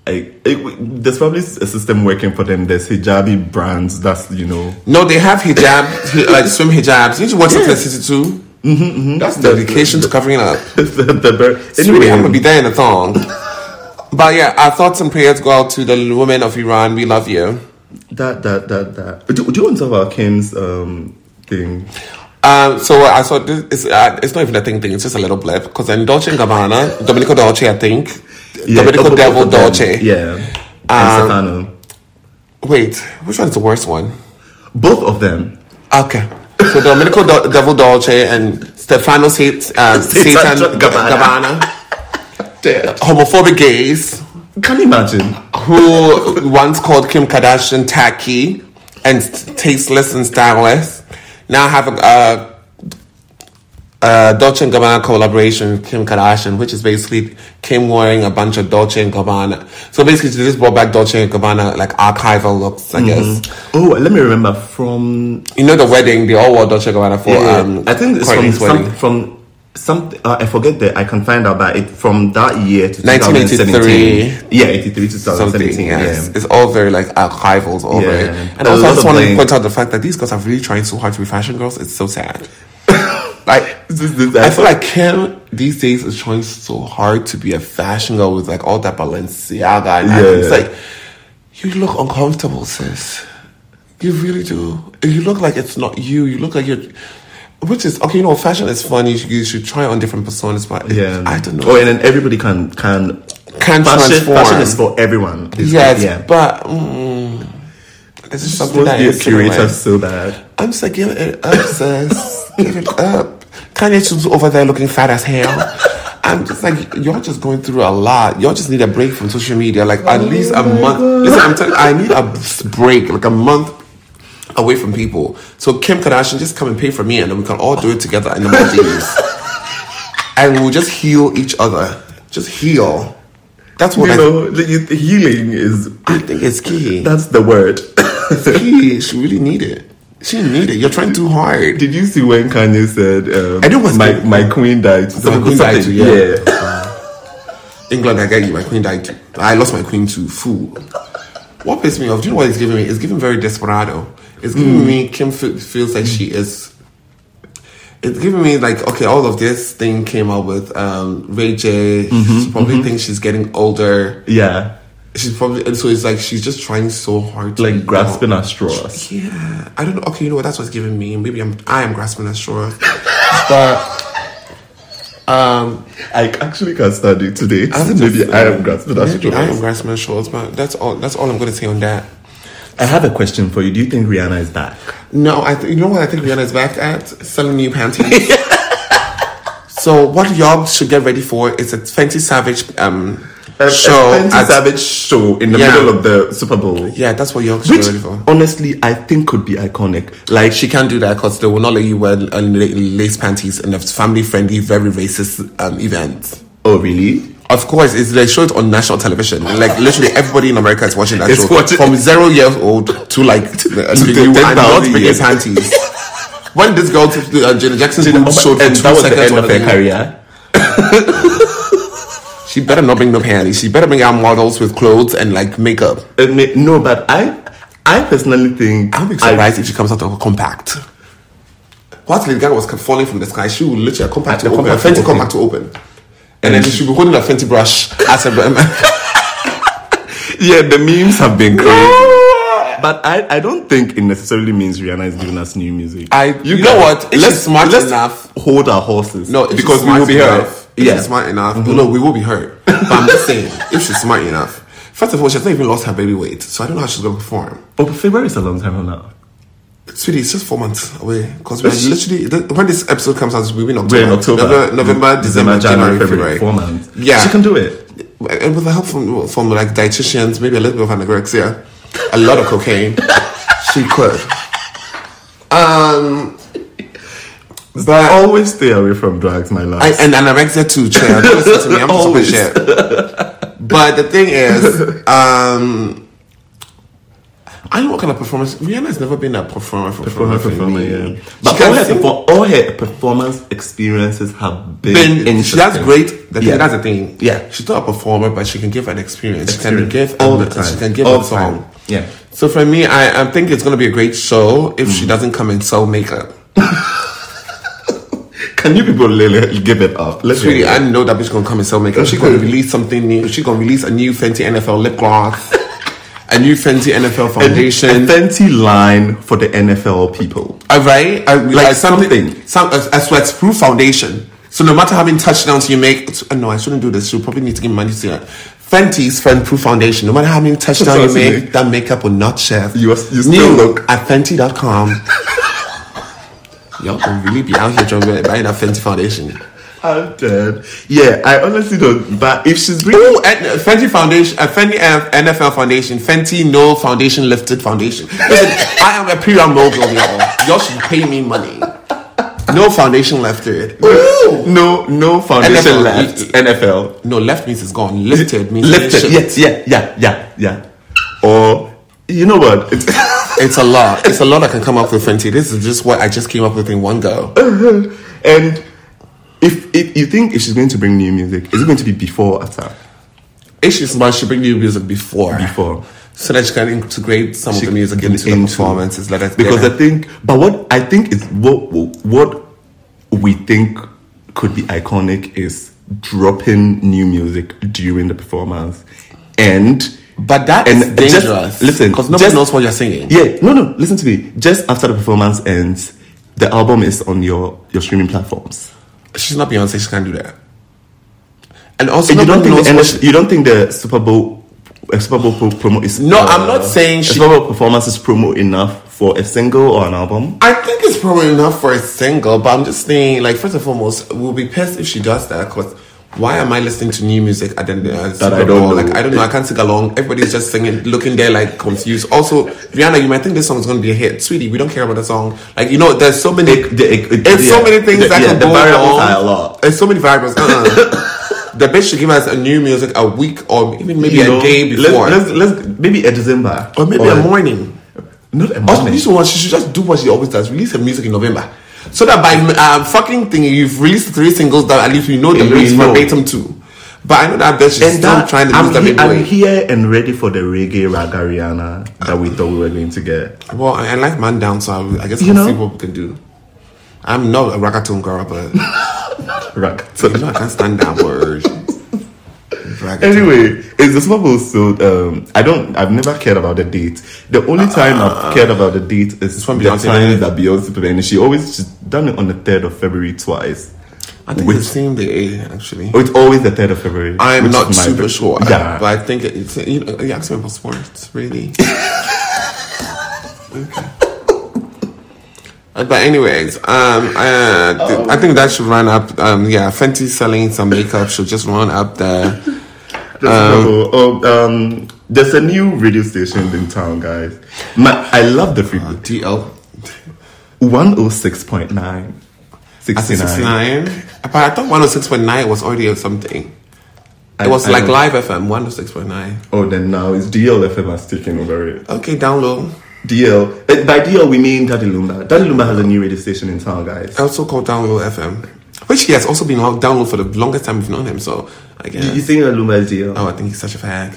Speaker 3: Like, it, there's probably a system working for them. There's hijabi brands. That's you know.
Speaker 2: no, they have hijab, hi- like swim hijabs. Didn't you watch
Speaker 3: Yeah.
Speaker 2: Intensity too? Mm-hmm, That's dedication to covering up.
Speaker 3: the, the bur-
Speaker 2: Anyway, I'm gonna be there in a thong. but yeah, our thoughts and prayers go out to the women of Iran. We love you.
Speaker 3: that that that that. Do, do you want to talk about Kim's um thing?
Speaker 2: Um, so I saw this. It's, uh, it's not even a thing thing. It's just a little blip. Because in Dolce and Gabbana, Domenico Dolce, I think, Domenico
Speaker 3: oh,
Speaker 2: Devil
Speaker 3: oh,
Speaker 2: Dolce.
Speaker 3: Yeah,
Speaker 2: Um,
Speaker 3: and Stefano.
Speaker 2: Wait, which one is the worst one?
Speaker 3: Both of them.
Speaker 2: Okay. So Domenico Do- Devil Dolce and Stefano Sat- uh, Satan,
Speaker 3: Satan
Speaker 2: Gabbana.
Speaker 3: Gabbana.
Speaker 2: homophobic gays
Speaker 3: Can you imagine?
Speaker 2: who once called Kim Kardashian tacky and tasteless and stylish, now have a. Uh, uh, Dolce and Gabbana collaboration with Kim Kardashian, which is basically Kim wearing a bunch of Dolce and Gabbana. So basically, she just brought back Dolce and Gabbana like archival looks, I guess.
Speaker 3: Oh, let me remember from.
Speaker 2: You know the wedding; they all wore Dolce and Gabbana for. um,
Speaker 3: I think it's from
Speaker 2: Courtney's
Speaker 3: some, from some. Uh, I forget that. I can find out that it from that year to
Speaker 2: 1983.
Speaker 3: 2017. Yeah, 83 to
Speaker 2: something.
Speaker 3: 2017.
Speaker 2: Yes.
Speaker 3: Yeah.
Speaker 2: It's all very like archivals over
Speaker 3: Yeah.
Speaker 2: it. And
Speaker 3: A
Speaker 2: also,
Speaker 3: lot
Speaker 2: I just
Speaker 3: of
Speaker 2: want to
Speaker 3: blame.
Speaker 2: point out the fact that these girls are really trying so hard to be fashion girls. It's so sad. like,
Speaker 3: This is- this-
Speaker 2: I feel like Kim these days is trying so hard to be a fashion girl with like all that Balenciaga and
Speaker 3: Yeah.
Speaker 2: it's like you look uncomfortable, sis. You really do. You look like it's not you. You look like you're. Which is okay, you know, fashion is funny. You, you should try on different personas, but it-
Speaker 3: Yeah.
Speaker 2: I don't know.
Speaker 3: Oh, and then everybody can can
Speaker 2: Can
Speaker 3: fashion,
Speaker 2: transform.
Speaker 3: fashion is for everyone. It's-
Speaker 2: Yes,
Speaker 3: yeah.
Speaker 2: but mm, this is
Speaker 3: Supposed
Speaker 2: something
Speaker 3: to
Speaker 2: that
Speaker 3: be a
Speaker 2: is
Speaker 3: curator
Speaker 2: similar.
Speaker 3: so bad.
Speaker 2: I'm just like, give it up, sis. give it up. Kanye Tunes over there looking fat as hell. I'm just like, y'all just going through a lot. Y'all just need a break from social media, like
Speaker 3: Oh
Speaker 2: at least a month. Listen, I'm telling I need a s- break, like a month away from people. So Kim Kardashian, just come and pay for me, and then we can all do it together in the Maldives, and we'll just heal each other. Just heal. That's
Speaker 3: You
Speaker 2: what I
Speaker 3: know, the- the healing is
Speaker 2: I think it's key.
Speaker 3: that's the word.
Speaker 2: It's key. She really need it. She need it. You're trying too hard.
Speaker 3: Did you see when Kanye said, um,
Speaker 2: I know what's
Speaker 3: my,
Speaker 2: good.
Speaker 3: my queen died?
Speaker 2: my queen died too, yeah.
Speaker 3: yeah.
Speaker 2: England, I get you. My queen died. too. I lost my queen too. Fool. What pissed me off? Do you know what it's giving me? It's giving very desperado. It's giving
Speaker 3: Hmm.
Speaker 2: me Kim fe- feels like she is. It's giving me like okay, all of this thing came out with um, Ray J.
Speaker 3: Mm-hmm,
Speaker 2: she probably thinks she's getting older.
Speaker 3: Yeah.
Speaker 2: She's probably and so it's like she's just trying so hard, to be
Speaker 3: Like grasping
Speaker 2: out.
Speaker 3: at straws.
Speaker 2: Yeah, I don't know. Okay, you know what? That's what's giving me. Maybe I'm I am grasping at straws, but um,
Speaker 3: I actually can't stand it today.
Speaker 2: I don't
Speaker 3: Maybe
Speaker 2: know.
Speaker 3: I am grasping at
Speaker 2: Maybe I am
Speaker 3: straws.
Speaker 2: grasping at straws, but that's all. That's all I'm going to say on that.
Speaker 3: I have a question for you. Do you think Rihanna is back?
Speaker 2: No, I. Th- you know what I think Rihanna's back at selling new panties. so what y'all should get ready for is a Fenty Savage um
Speaker 3: A,
Speaker 2: show.
Speaker 3: a Fenty
Speaker 2: at-
Speaker 3: Savage show in the
Speaker 2: Yeah.
Speaker 3: middle of the Super Bowl.
Speaker 2: Yeah, that's what y'all should
Speaker 3: Which
Speaker 2: get ready for.
Speaker 3: honestly I think could be iconic. Like
Speaker 2: She can't do that because they will not let you wear uh, la- lace panties in a family-friendly, very racist um, event.
Speaker 3: Oh, really?
Speaker 2: Of course, it's they show it on national television. Like literally everybody in America is watching that
Speaker 3: It's
Speaker 2: show
Speaker 3: watching-
Speaker 2: from zero years old to like to the, to
Speaker 3: the
Speaker 2: you
Speaker 3: 10,000
Speaker 2: and not
Speaker 3: years.
Speaker 2: biggest panties. when this girl took the, uh, Janet Jackson's
Speaker 3: Did- oh my-
Speaker 2: boobs showed for
Speaker 3: and
Speaker 2: two
Speaker 3: that was the
Speaker 2: seconds
Speaker 3: end
Speaker 2: on
Speaker 3: of her
Speaker 2: the-
Speaker 3: career.
Speaker 2: She better not bring no panties. She better bring out models with clothes and like makeup.
Speaker 3: I mean, Uh, no, but I, I personally think
Speaker 2: I'll be surprised if she comes out of a compact. What Lady Gaga was falling from the sky, she would literally a compact to
Speaker 3: A
Speaker 2: open, a
Speaker 3: compact to
Speaker 2: Fenty
Speaker 3: open.
Speaker 2: compact to open, and then
Speaker 3: Mm.
Speaker 2: she'll be holding a Fenty brush as a.
Speaker 3: yeah, the memes have been crazy. But I, I don't think it necessarily means Rihanna is giving us new music.
Speaker 2: I- you know what? If she's smart
Speaker 3: let's
Speaker 2: enough-
Speaker 3: hold our horses.
Speaker 2: No, if
Speaker 3: because
Speaker 2: she's
Speaker 3: we
Speaker 2: smart
Speaker 3: will be her.
Speaker 2: enough, If
Speaker 3: Yeah, Mm-hmm.
Speaker 2: she's smart enough. No, we will be hurt. But I'm just saying, if she's smart enough. First of all, she hasn't even lost her baby weight, so I don't know how she's going to perform.
Speaker 3: Oh, but February is a long time from now.
Speaker 2: Sweetie, it's just four months away because we're
Speaker 3: It's-
Speaker 2: literally the- when this episode comes out, we'll be in October,
Speaker 3: We're in October,
Speaker 2: November, November, December, January, February.
Speaker 3: four months.
Speaker 2: Yeah,
Speaker 3: she can do it.
Speaker 2: and with the help from, from like dietitians, maybe a little bit of anorexia, a lot of cocaine, she could. Um, but
Speaker 3: Always stay away from drugs, my love.
Speaker 2: I, and anorexia too, chair. Don't listen to me. I'm just talking
Speaker 3: Always.
Speaker 2: shit. But the thing is, um, I don't know what kind of performance. Rihanna's never been a performer for
Speaker 3: for her
Speaker 2: for
Speaker 3: performance,
Speaker 2: me.
Speaker 3: yeah.
Speaker 2: She
Speaker 3: But
Speaker 2: can
Speaker 3: all her,
Speaker 2: sing.
Speaker 3: for all her performance experiences have been,
Speaker 2: Been, she
Speaker 3: interesting.
Speaker 2: has great. The thing,
Speaker 3: Yeah.
Speaker 2: That's the thing.
Speaker 3: Yeah.
Speaker 2: she's not a performer, but she can give an experience.
Speaker 3: Experience.
Speaker 2: She can give
Speaker 3: All
Speaker 2: a-
Speaker 3: the time.
Speaker 2: She can give
Speaker 3: All
Speaker 2: a
Speaker 3: the time.
Speaker 2: song.
Speaker 3: Yeah.
Speaker 2: So for me, I, I think it's gonna be a great show if
Speaker 3: Mm.
Speaker 2: she doesn't come in so makeup.
Speaker 3: Can you people really give it up? Let's
Speaker 2: Sweetie,
Speaker 3: hear
Speaker 2: I
Speaker 3: it.
Speaker 2: know that bitch gonna come and sell makeup. She gonna release something new. She gonna release a new Fenty NFL lip gloss, a new Fenty NFL
Speaker 3: A-
Speaker 2: foundation.
Speaker 3: A fancy line for the NFL people.
Speaker 2: All right, I, like
Speaker 3: something.
Speaker 2: some a, a sweat-proof foundation. So no matter how many touchdowns you make, it's- uh, no, I shouldn't do this. You probably need to give money to her. Fenty's friend-proof foundation. No matter how many touchdowns you
Speaker 3: Touchdowns you
Speaker 2: make,
Speaker 3: make.
Speaker 2: that makeup will not chef.
Speaker 3: You are- you still look-
Speaker 2: at Fenty.com. Y'all can really be out here trying to buy that Fenty foundation.
Speaker 3: I'm dead. Yeah, I honestly don't. But if she's bringing,
Speaker 2: Ooh, and uh, Fenty Foundation, uh, Fenty F- NFL Foundation, Fenty No Foundation Lifted Foundation. Listen, I am a pyramidal, y'all. Y'all should pay me money. No foundation lifted.
Speaker 3: no, no foundation
Speaker 2: NFL.
Speaker 3: left.
Speaker 2: Y-
Speaker 3: NFL
Speaker 2: No, left means it's gone. Lifted means
Speaker 3: lifted.
Speaker 2: it's-
Speaker 3: Yes, yeah, yeah, yeah, yeah. Or you know what? It's,
Speaker 2: It's a lot. It's a lot I can come up with, Fenty. This is just what I just came up with in one go.
Speaker 3: and if, if you think if she's going to bring new music, is it going to be before or after?
Speaker 2: Issues about she bring new music before.
Speaker 3: Before.
Speaker 2: So that she can integrate some of the music into, the performances. Let us
Speaker 3: because
Speaker 2: get
Speaker 3: I think, but what I think is what what we think could be iconic is dropping new music during the performance, and
Speaker 2: But that is
Speaker 3: and just-
Speaker 2: dangerous.
Speaker 3: listen,
Speaker 2: because nobody
Speaker 3: just-
Speaker 2: knows what you're singing.
Speaker 3: yeah, no, no, listen to me. Just after the performance ends, the album is on your your streaming platforms.
Speaker 2: She's not Beyonce. She can't do that. And also,
Speaker 3: you don't
Speaker 2: nobody
Speaker 3: think the
Speaker 2: knows what
Speaker 3: NH you don't think the Super Bowl uh, Super Bowl pro- promo is uh,
Speaker 2: No, I'm not saying she-
Speaker 3: Super Bowl performance is promo enough for a single or an album.
Speaker 2: I think it's probably enough for a single, but I'm just saying, like, first and foremost, we'll be pissed if she does that because why am I listening to new music at the end of the Super
Speaker 3: I don't
Speaker 2: Bowl?
Speaker 3: know.
Speaker 2: Like, I don't know. I can't sing along. Everybody's just singing, looking there like confused. Also, Rihanna, you might think this song is going to be a hit. Sweetie, we don't care about the song. Like, you know, there's so many,
Speaker 3: It- the- it- it-
Speaker 2: there's so
Speaker 3: yeah.
Speaker 2: many things
Speaker 3: The-
Speaker 2: that
Speaker 3: yeah,
Speaker 2: can
Speaker 3: the
Speaker 2: go
Speaker 3: variables
Speaker 2: wrong.
Speaker 3: are a lot.
Speaker 2: There's so many variables. Uh-uh. the bitch should give us a new music a week or even maybe
Speaker 3: You
Speaker 2: a
Speaker 3: know,
Speaker 2: day before.
Speaker 3: Let's, let's, let's maybe a December
Speaker 2: or maybe a morning.
Speaker 3: Not a
Speaker 2: Also,
Speaker 3: morning.
Speaker 2: you should, want- she should just do what she always does release her music in November. So that by um, fucking thing, you've released three singles that at least we know the
Speaker 3: Yeah,
Speaker 2: lyrics
Speaker 3: we know.
Speaker 2: verbatim to. But I know that bitch is
Speaker 3: and
Speaker 2: still
Speaker 3: that,
Speaker 2: trying to
Speaker 3: I'm,
Speaker 2: lose that
Speaker 3: he-
Speaker 2: big
Speaker 3: I'm
Speaker 2: boy.
Speaker 3: here and ready for the reggae raga Rihanna that we thought we were going to get.
Speaker 2: Well, I, I like Man Down, so I, I guess
Speaker 3: You
Speaker 2: I'll
Speaker 3: know?
Speaker 2: see what we can do. I'm not a ragaton girl, but you
Speaker 3: Raga.
Speaker 2: know I can't stand that word. Ragaton.
Speaker 3: Anyway, it's the Super Bowl, so um, I don't. I've never cared about the date. The only time I've cared about the date is
Speaker 2: when
Speaker 3: the
Speaker 2: Ah. Beyonce
Speaker 3: time
Speaker 2: did it.
Speaker 3: that Beyonce played, and she always she's done it on the third of February twice.
Speaker 2: I think
Speaker 3: Which-
Speaker 2: it's the same day, actually.
Speaker 3: Oh, it's always the third of February.
Speaker 2: I'm
Speaker 3: which
Speaker 2: not
Speaker 3: is my
Speaker 2: super
Speaker 3: fav-
Speaker 2: sure,
Speaker 3: Yeah,
Speaker 2: but I think it's you know you asked me about sports, really. Okay. Uh, But anyways, um, uh, th- I think that should run up. Um, yeah, Fenty selling some makeup should just run up there.
Speaker 3: The Super Bowl. Oh, um, there's a new radio station in town, guys. My, I love the
Speaker 2: Uh-huh.
Speaker 3: frequency.
Speaker 2: DL
Speaker 3: 106.9.
Speaker 2: at
Speaker 3: 69.
Speaker 2: sixty nine. But I thought 106.9 was already of something.
Speaker 3: I-
Speaker 2: it was
Speaker 3: I
Speaker 2: like
Speaker 3: don't-
Speaker 2: live FM 106.9.
Speaker 3: Oh, then now it's DLFM has taken over it.
Speaker 2: Okay, down low.
Speaker 3: DL. eh, By DL, we mean Daddy Lumba. Daddy Lumba has a new radio station in town, guys.
Speaker 2: Also called down low FM, which he has also been lo- down low for the longest time we've known him. So I guess.
Speaker 3: You, you think that Lumba is DL?
Speaker 2: oh, I think he's such a fag.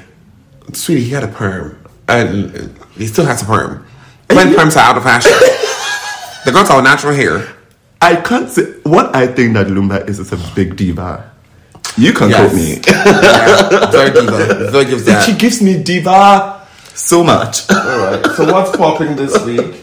Speaker 2: Sweetie, he had a perm, and uh, he still has a perm. When perms are out of fashion, the girls are natural hair.
Speaker 3: I can't say. What I think that Lumba is is a big diva. You can quote me.
Speaker 2: yeah. Zoe gives- Zoe gives that.
Speaker 3: She gives me diva so much.
Speaker 2: All right. So what's popping this week?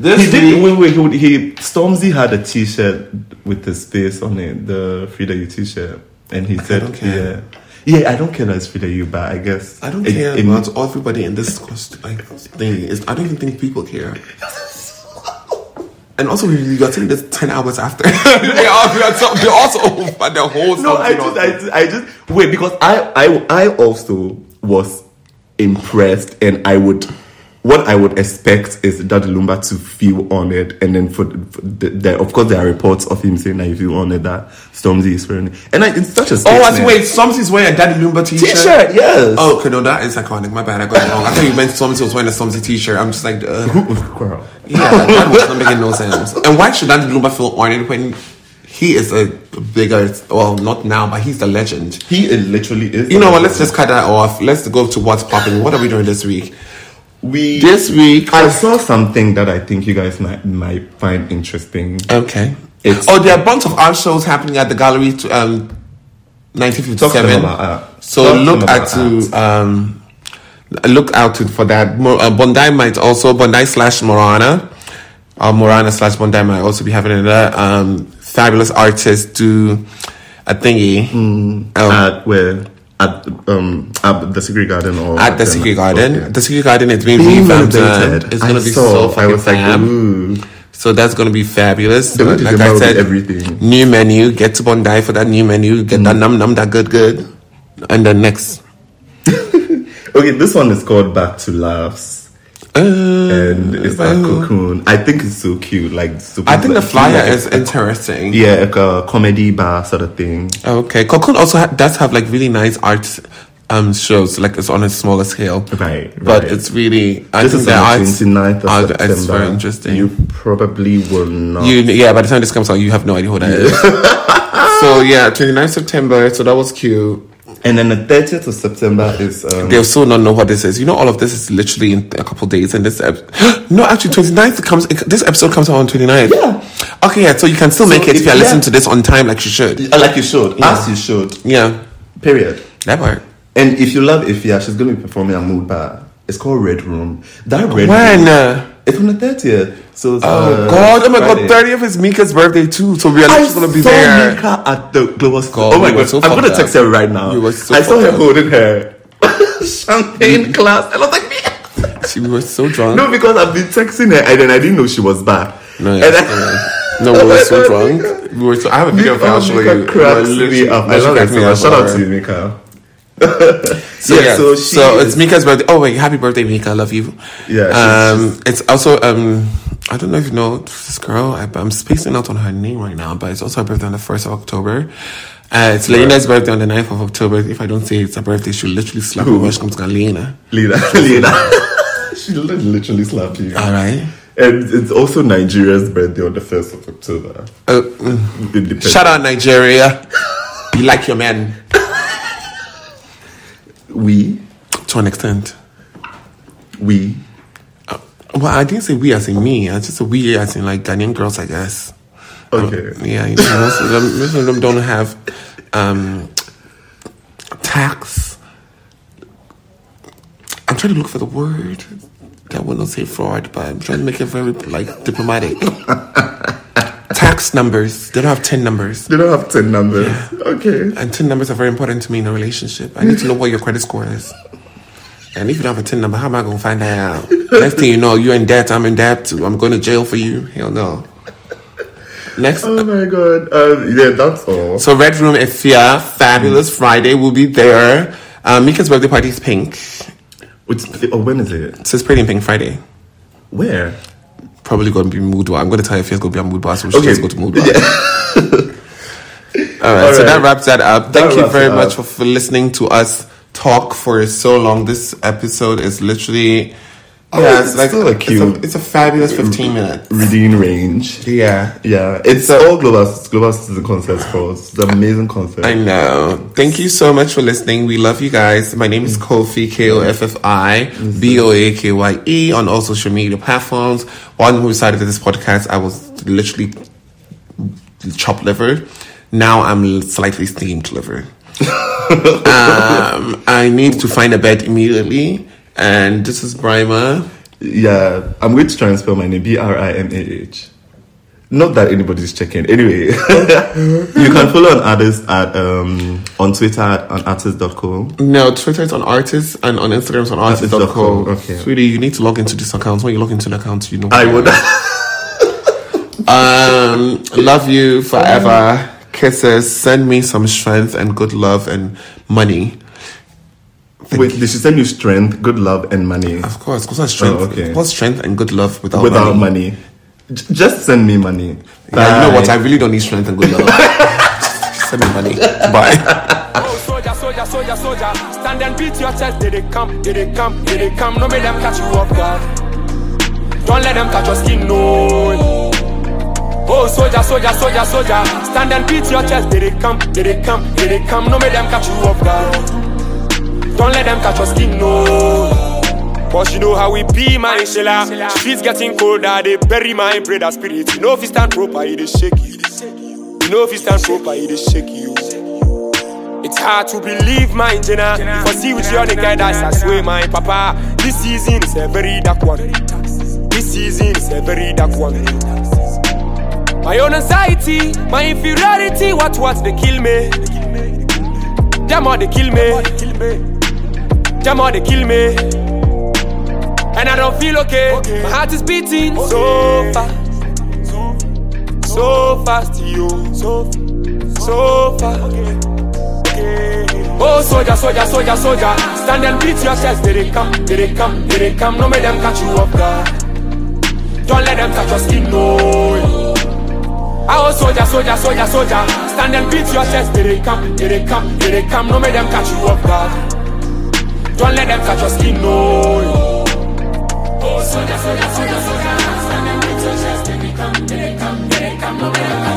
Speaker 2: This
Speaker 3: he did. Wait, wait, he, he Stormzy had a T-shirt with the space on it, the Frida U T-shirt, and he said,
Speaker 2: don't care.
Speaker 3: "Yeah, yeah, I don't care that it's Frida U, but I guess
Speaker 2: I don't
Speaker 3: it-
Speaker 2: care
Speaker 3: it-
Speaker 2: about everybody in this cost- like thing. It's, I don't even think people care. And also, you you are saying this ten hours after. they are they are so- they also over the whole.
Speaker 3: No, I
Speaker 2: something
Speaker 3: just,
Speaker 2: on-
Speaker 3: I just, I just wait because I, I, I also was impressed, and I would, what I would expect is Daddy Lumba to feel on it, and then for, for the, the, of course there are reports of him saying that if you on it that Stormzy is wearing it, and I, it's such a
Speaker 2: Oh,
Speaker 3: statement.
Speaker 2: I see, wait. Something's wearing a Daddy Lumba t-shirt.
Speaker 3: T-shirt, yes.
Speaker 2: Oh, okay, no, that is iconic. My bad, I got it wrong. I thought you meant Somsy was wearing a Somsy t-shirt. I'm just like, uh,
Speaker 3: Girl.
Speaker 2: yeah, that was not making no sense. And why should Daddy Lumba feel honored when he is a bigger? Well, not now, but he's the legend.
Speaker 3: He is literally is.
Speaker 2: You know what? Let's just cut that off. Let's go to what's popping. What are we doing this week?
Speaker 3: we
Speaker 2: This week,
Speaker 3: I saw something that I think you guys might might find interesting.
Speaker 2: okay.
Speaker 3: It's-
Speaker 2: oh, there are a bunch of art shows happening at the gallery to um,
Speaker 3: Talk to them
Speaker 2: 1957.
Speaker 3: about art.
Speaker 2: so
Speaker 3: Talk to
Speaker 2: look
Speaker 3: them
Speaker 2: at
Speaker 3: about
Speaker 2: to um, look out to, for that. Mo- uh, Bondi might also Bondi slash Morana, uh, Morana slash Bondi might also be having another um, fabulous artist do a thingy.
Speaker 3: Mm.
Speaker 2: Um,
Speaker 3: at where at um at the secret garden or
Speaker 2: at the Secret Garden.
Speaker 3: Okay.
Speaker 2: The Secret Garden is being
Speaker 3: Being
Speaker 2: revamped.
Speaker 3: renovated.
Speaker 2: um, It's gonna
Speaker 3: I
Speaker 2: be
Speaker 3: saw.
Speaker 2: so
Speaker 3: I
Speaker 2: fucking
Speaker 3: was like,
Speaker 2: fab.
Speaker 3: ooh.
Speaker 2: So that's gonna be fabulous.
Speaker 3: They need
Speaker 2: But
Speaker 3: to
Speaker 2: like I
Speaker 3: develop
Speaker 2: said,
Speaker 3: everything. Mm.
Speaker 2: new menu. Get to Bondi for that new menu. Get that num num that good good. And then next,
Speaker 3: okay, this one is called Back to Laughs.
Speaker 2: uh,
Speaker 3: And it's by
Speaker 2: uh,
Speaker 3: Cocoon. I think it's so cute. Like super
Speaker 2: I think the
Speaker 3: like,
Speaker 2: flyer
Speaker 3: like,
Speaker 2: is interesting.
Speaker 3: yeah, like a comedy bar sort of thing.
Speaker 2: Okay, Cocoon also ha- does have like really nice art um shows. Like it's on a smaller scale,
Speaker 3: Right,
Speaker 2: But
Speaker 3: right.
Speaker 2: it's really I
Speaker 3: this
Speaker 2: think
Speaker 3: is
Speaker 2: the
Speaker 3: on the
Speaker 2: arts,
Speaker 3: 29th of
Speaker 2: art-
Speaker 3: September.
Speaker 2: It's very interesting.
Speaker 3: You probably will not.
Speaker 2: You yeah, by the time this comes out, you have no idea who that is. so yeah, 29th September. So that was cute.
Speaker 3: and then the 30th of September is um,
Speaker 2: They'll still not know what this is. You know, all of this is literally in a couple days. And this ep- no, actually, 29th comes. This episode comes out on 29th.
Speaker 3: Yeah.
Speaker 2: Okay, yeah. So you can still
Speaker 3: So
Speaker 2: make it if
Speaker 3: it-
Speaker 2: you're
Speaker 3: yeah.
Speaker 2: listening to this on time, like you should.
Speaker 3: uh, like you should, as you should.
Speaker 2: Yeah,
Speaker 3: Period.
Speaker 2: that part.
Speaker 3: And if you love Ifya, she's going to be performing at Mood Bar. It's called Red Room. That Red
Speaker 2: When?
Speaker 3: Room.
Speaker 2: Uh,
Speaker 3: It's on the 30th. So it's,
Speaker 2: oh
Speaker 3: uh,
Speaker 2: God! Oh my God!
Speaker 3: Friday.
Speaker 2: 30th is Mika's birthday too, so
Speaker 3: I
Speaker 2: we're literally
Speaker 3: saw
Speaker 2: gonna be there.
Speaker 3: Mika at the global school.
Speaker 2: God,
Speaker 3: oh my
Speaker 2: you were
Speaker 3: god!
Speaker 2: so
Speaker 3: I'm gonna
Speaker 2: fucked
Speaker 3: text
Speaker 2: up.
Speaker 3: her right now.
Speaker 2: You were so
Speaker 3: I saw
Speaker 2: fucked
Speaker 3: her
Speaker 2: up.
Speaker 3: holding her champagne glass, and I was like, "Mia."
Speaker 2: She we were so drunk.
Speaker 3: no, because I've been texting her, and then I didn't know she was back.
Speaker 2: No,
Speaker 3: and
Speaker 2: yeah, sorry. no, we were so drunk. We were so. I have a video of
Speaker 3: Mika,
Speaker 2: her actually.
Speaker 3: Mika cracks me up. I love her so much. Shout out to
Speaker 2: you.
Speaker 3: Mika.
Speaker 2: So, yeah, so,
Speaker 3: she is-
Speaker 2: it's Mika's birthday. Oh wait, happy birthday, Mika! I love you.
Speaker 3: Yeah, she's-
Speaker 2: Um, it's also um, I don't know if you know this girl. I, I'm spacing out on her name right now, but it's also her birthday on the first of October. Uh, it's Lena's birthday on the 9th of October. If I don't say it's her birthday, she'll literally slap me
Speaker 3: Who?
Speaker 2: when she comes to Lena.
Speaker 3: Lena, Lena. she li- literally slapped you.
Speaker 2: All right.
Speaker 3: And it's also Nigeria's birthday on the 1st of October.
Speaker 2: Uh, mm.
Speaker 3: It depends.
Speaker 2: shout out Nigeria. Be like your man
Speaker 3: We,
Speaker 2: to an extent.
Speaker 3: we,
Speaker 2: Uh, Well, I didn't say we as in me. I just said we as in like Ghanaian girls, I guess. Um,
Speaker 3: okay.
Speaker 2: Yeah, you know, most of them, most of them don't have um, tax. I'm trying to look for the word. I will not say fraud, but I'm trying to make it very like diplomatic. tax numbers. They don't have ten numbers,
Speaker 3: They don't have 10 numbers. Okay.
Speaker 2: and ten numbers are very important to me in a relationship. I need to know what your credit score is. And if you don't have a ten number, how am I gonna find that out? Next thing you know, you're in debt. I'm in debt. I'm going to jail for you. Hell no. Next,
Speaker 3: Oh my god. Um, yeah, that's all.
Speaker 2: So Red Room is here. Fabulous Friday. We'll be there. Um, Mika's birthday party is pink.
Speaker 3: Which, oh, when is it?
Speaker 2: So it's pretty and pink Friday.
Speaker 3: Where?
Speaker 2: Probably going to be mood bar. I'm going to tell you if it's going to be a mood bar, so we should
Speaker 3: Okay.
Speaker 2: just go to mood bar. All right,
Speaker 3: All
Speaker 2: so that
Speaker 3: right.
Speaker 2: wraps that up.
Speaker 3: That
Speaker 2: Thank you
Speaker 3: wraps
Speaker 2: very
Speaker 3: it
Speaker 2: much
Speaker 3: up.
Speaker 2: for, for listening to us talk for so long. This episode is literally
Speaker 3: Oh,
Speaker 2: yeah,
Speaker 3: it's still a
Speaker 2: It's
Speaker 3: cute-
Speaker 2: a, it's a fabulous fifteen minutes.
Speaker 3: Reading range.
Speaker 2: Yeah,
Speaker 3: Yeah, it's uh, all Global Global Citizen concerts for us. It's an amazing concert.
Speaker 2: I know. Thank you so much for listening. We love you guys. My name is Kofi K O F F I
Speaker 3: Mm-hmm.
Speaker 2: B O A K Y E on all social media platforms. On who started this podcast, I was literally chopped liver. Now I'm slightly steamed liver. um, I need to find a bed immediately. And this is Brima.
Speaker 3: yeah, I'm going to try and spell my name B R I M A H. Not that anybody's checking. Anyway, you can follow an artist at um on Twitter at artist.co.
Speaker 2: No, Twitter is on artists and on Instagram is on artists.co.
Speaker 3: Okay.
Speaker 2: Sweetie, you need to log into this account. When you log into the account, you know.
Speaker 3: I would.
Speaker 2: Um, love you forever. Kisses. Send me some strength and good love and money.
Speaker 3: Wait, they should send you strength, good love, and money
Speaker 2: Of course, because that's strength.
Speaker 3: Oh, okay.
Speaker 2: What's strength and good love without,
Speaker 3: without
Speaker 2: money?
Speaker 3: money. J- just send me money.
Speaker 2: Yeah, you know what?
Speaker 3: Bye.
Speaker 2: I really don't need strength and good love. Send me money. Bye.
Speaker 1: Oh, soldier, soldier, soldier, soldier. Stand and beat your chest. Did they come? Did they come? Did they come? No, make them catch you off guard. Don't let them catch your skin, no. Oh, soldier, soldier, soldier, soldier. Stand and beat your chest. Did they come? Did they come? Did they come? No, make them catch you off guard. Don't let them catch your skin, no. Cause you know how we be, my shella. Streets getting colder, they bury my brother spirit. You know if you stand proper, it is shake you. You know if you stand proper, it is shake you. It's hard to believe, my Jenna. If I see with your nigga, that's I swear, my papa. This season is a very dark one. This season is a very dark one. My own anxiety, my inferiority, what what they kill me. Them all they kill me. Them all they kill me. And I don't feel okay. My heart is beating so fast. So fast, you. So, so fast. Oh soldier, soldier, soldier, soldier Stand and beat your chest Did they come, did they come, did they come No make them catch you off guard Don't let them touch your skin, no Oh soldier, soldier, soldier, soldier Stand and beat your chest Did they come, did they come, did they come No make them catch you off guard Don't let them touch your skin, no Oh soldier, soldier, soldier, soldier Stand and beat your chest Did they come, did they come, did they come No make them catch you off guard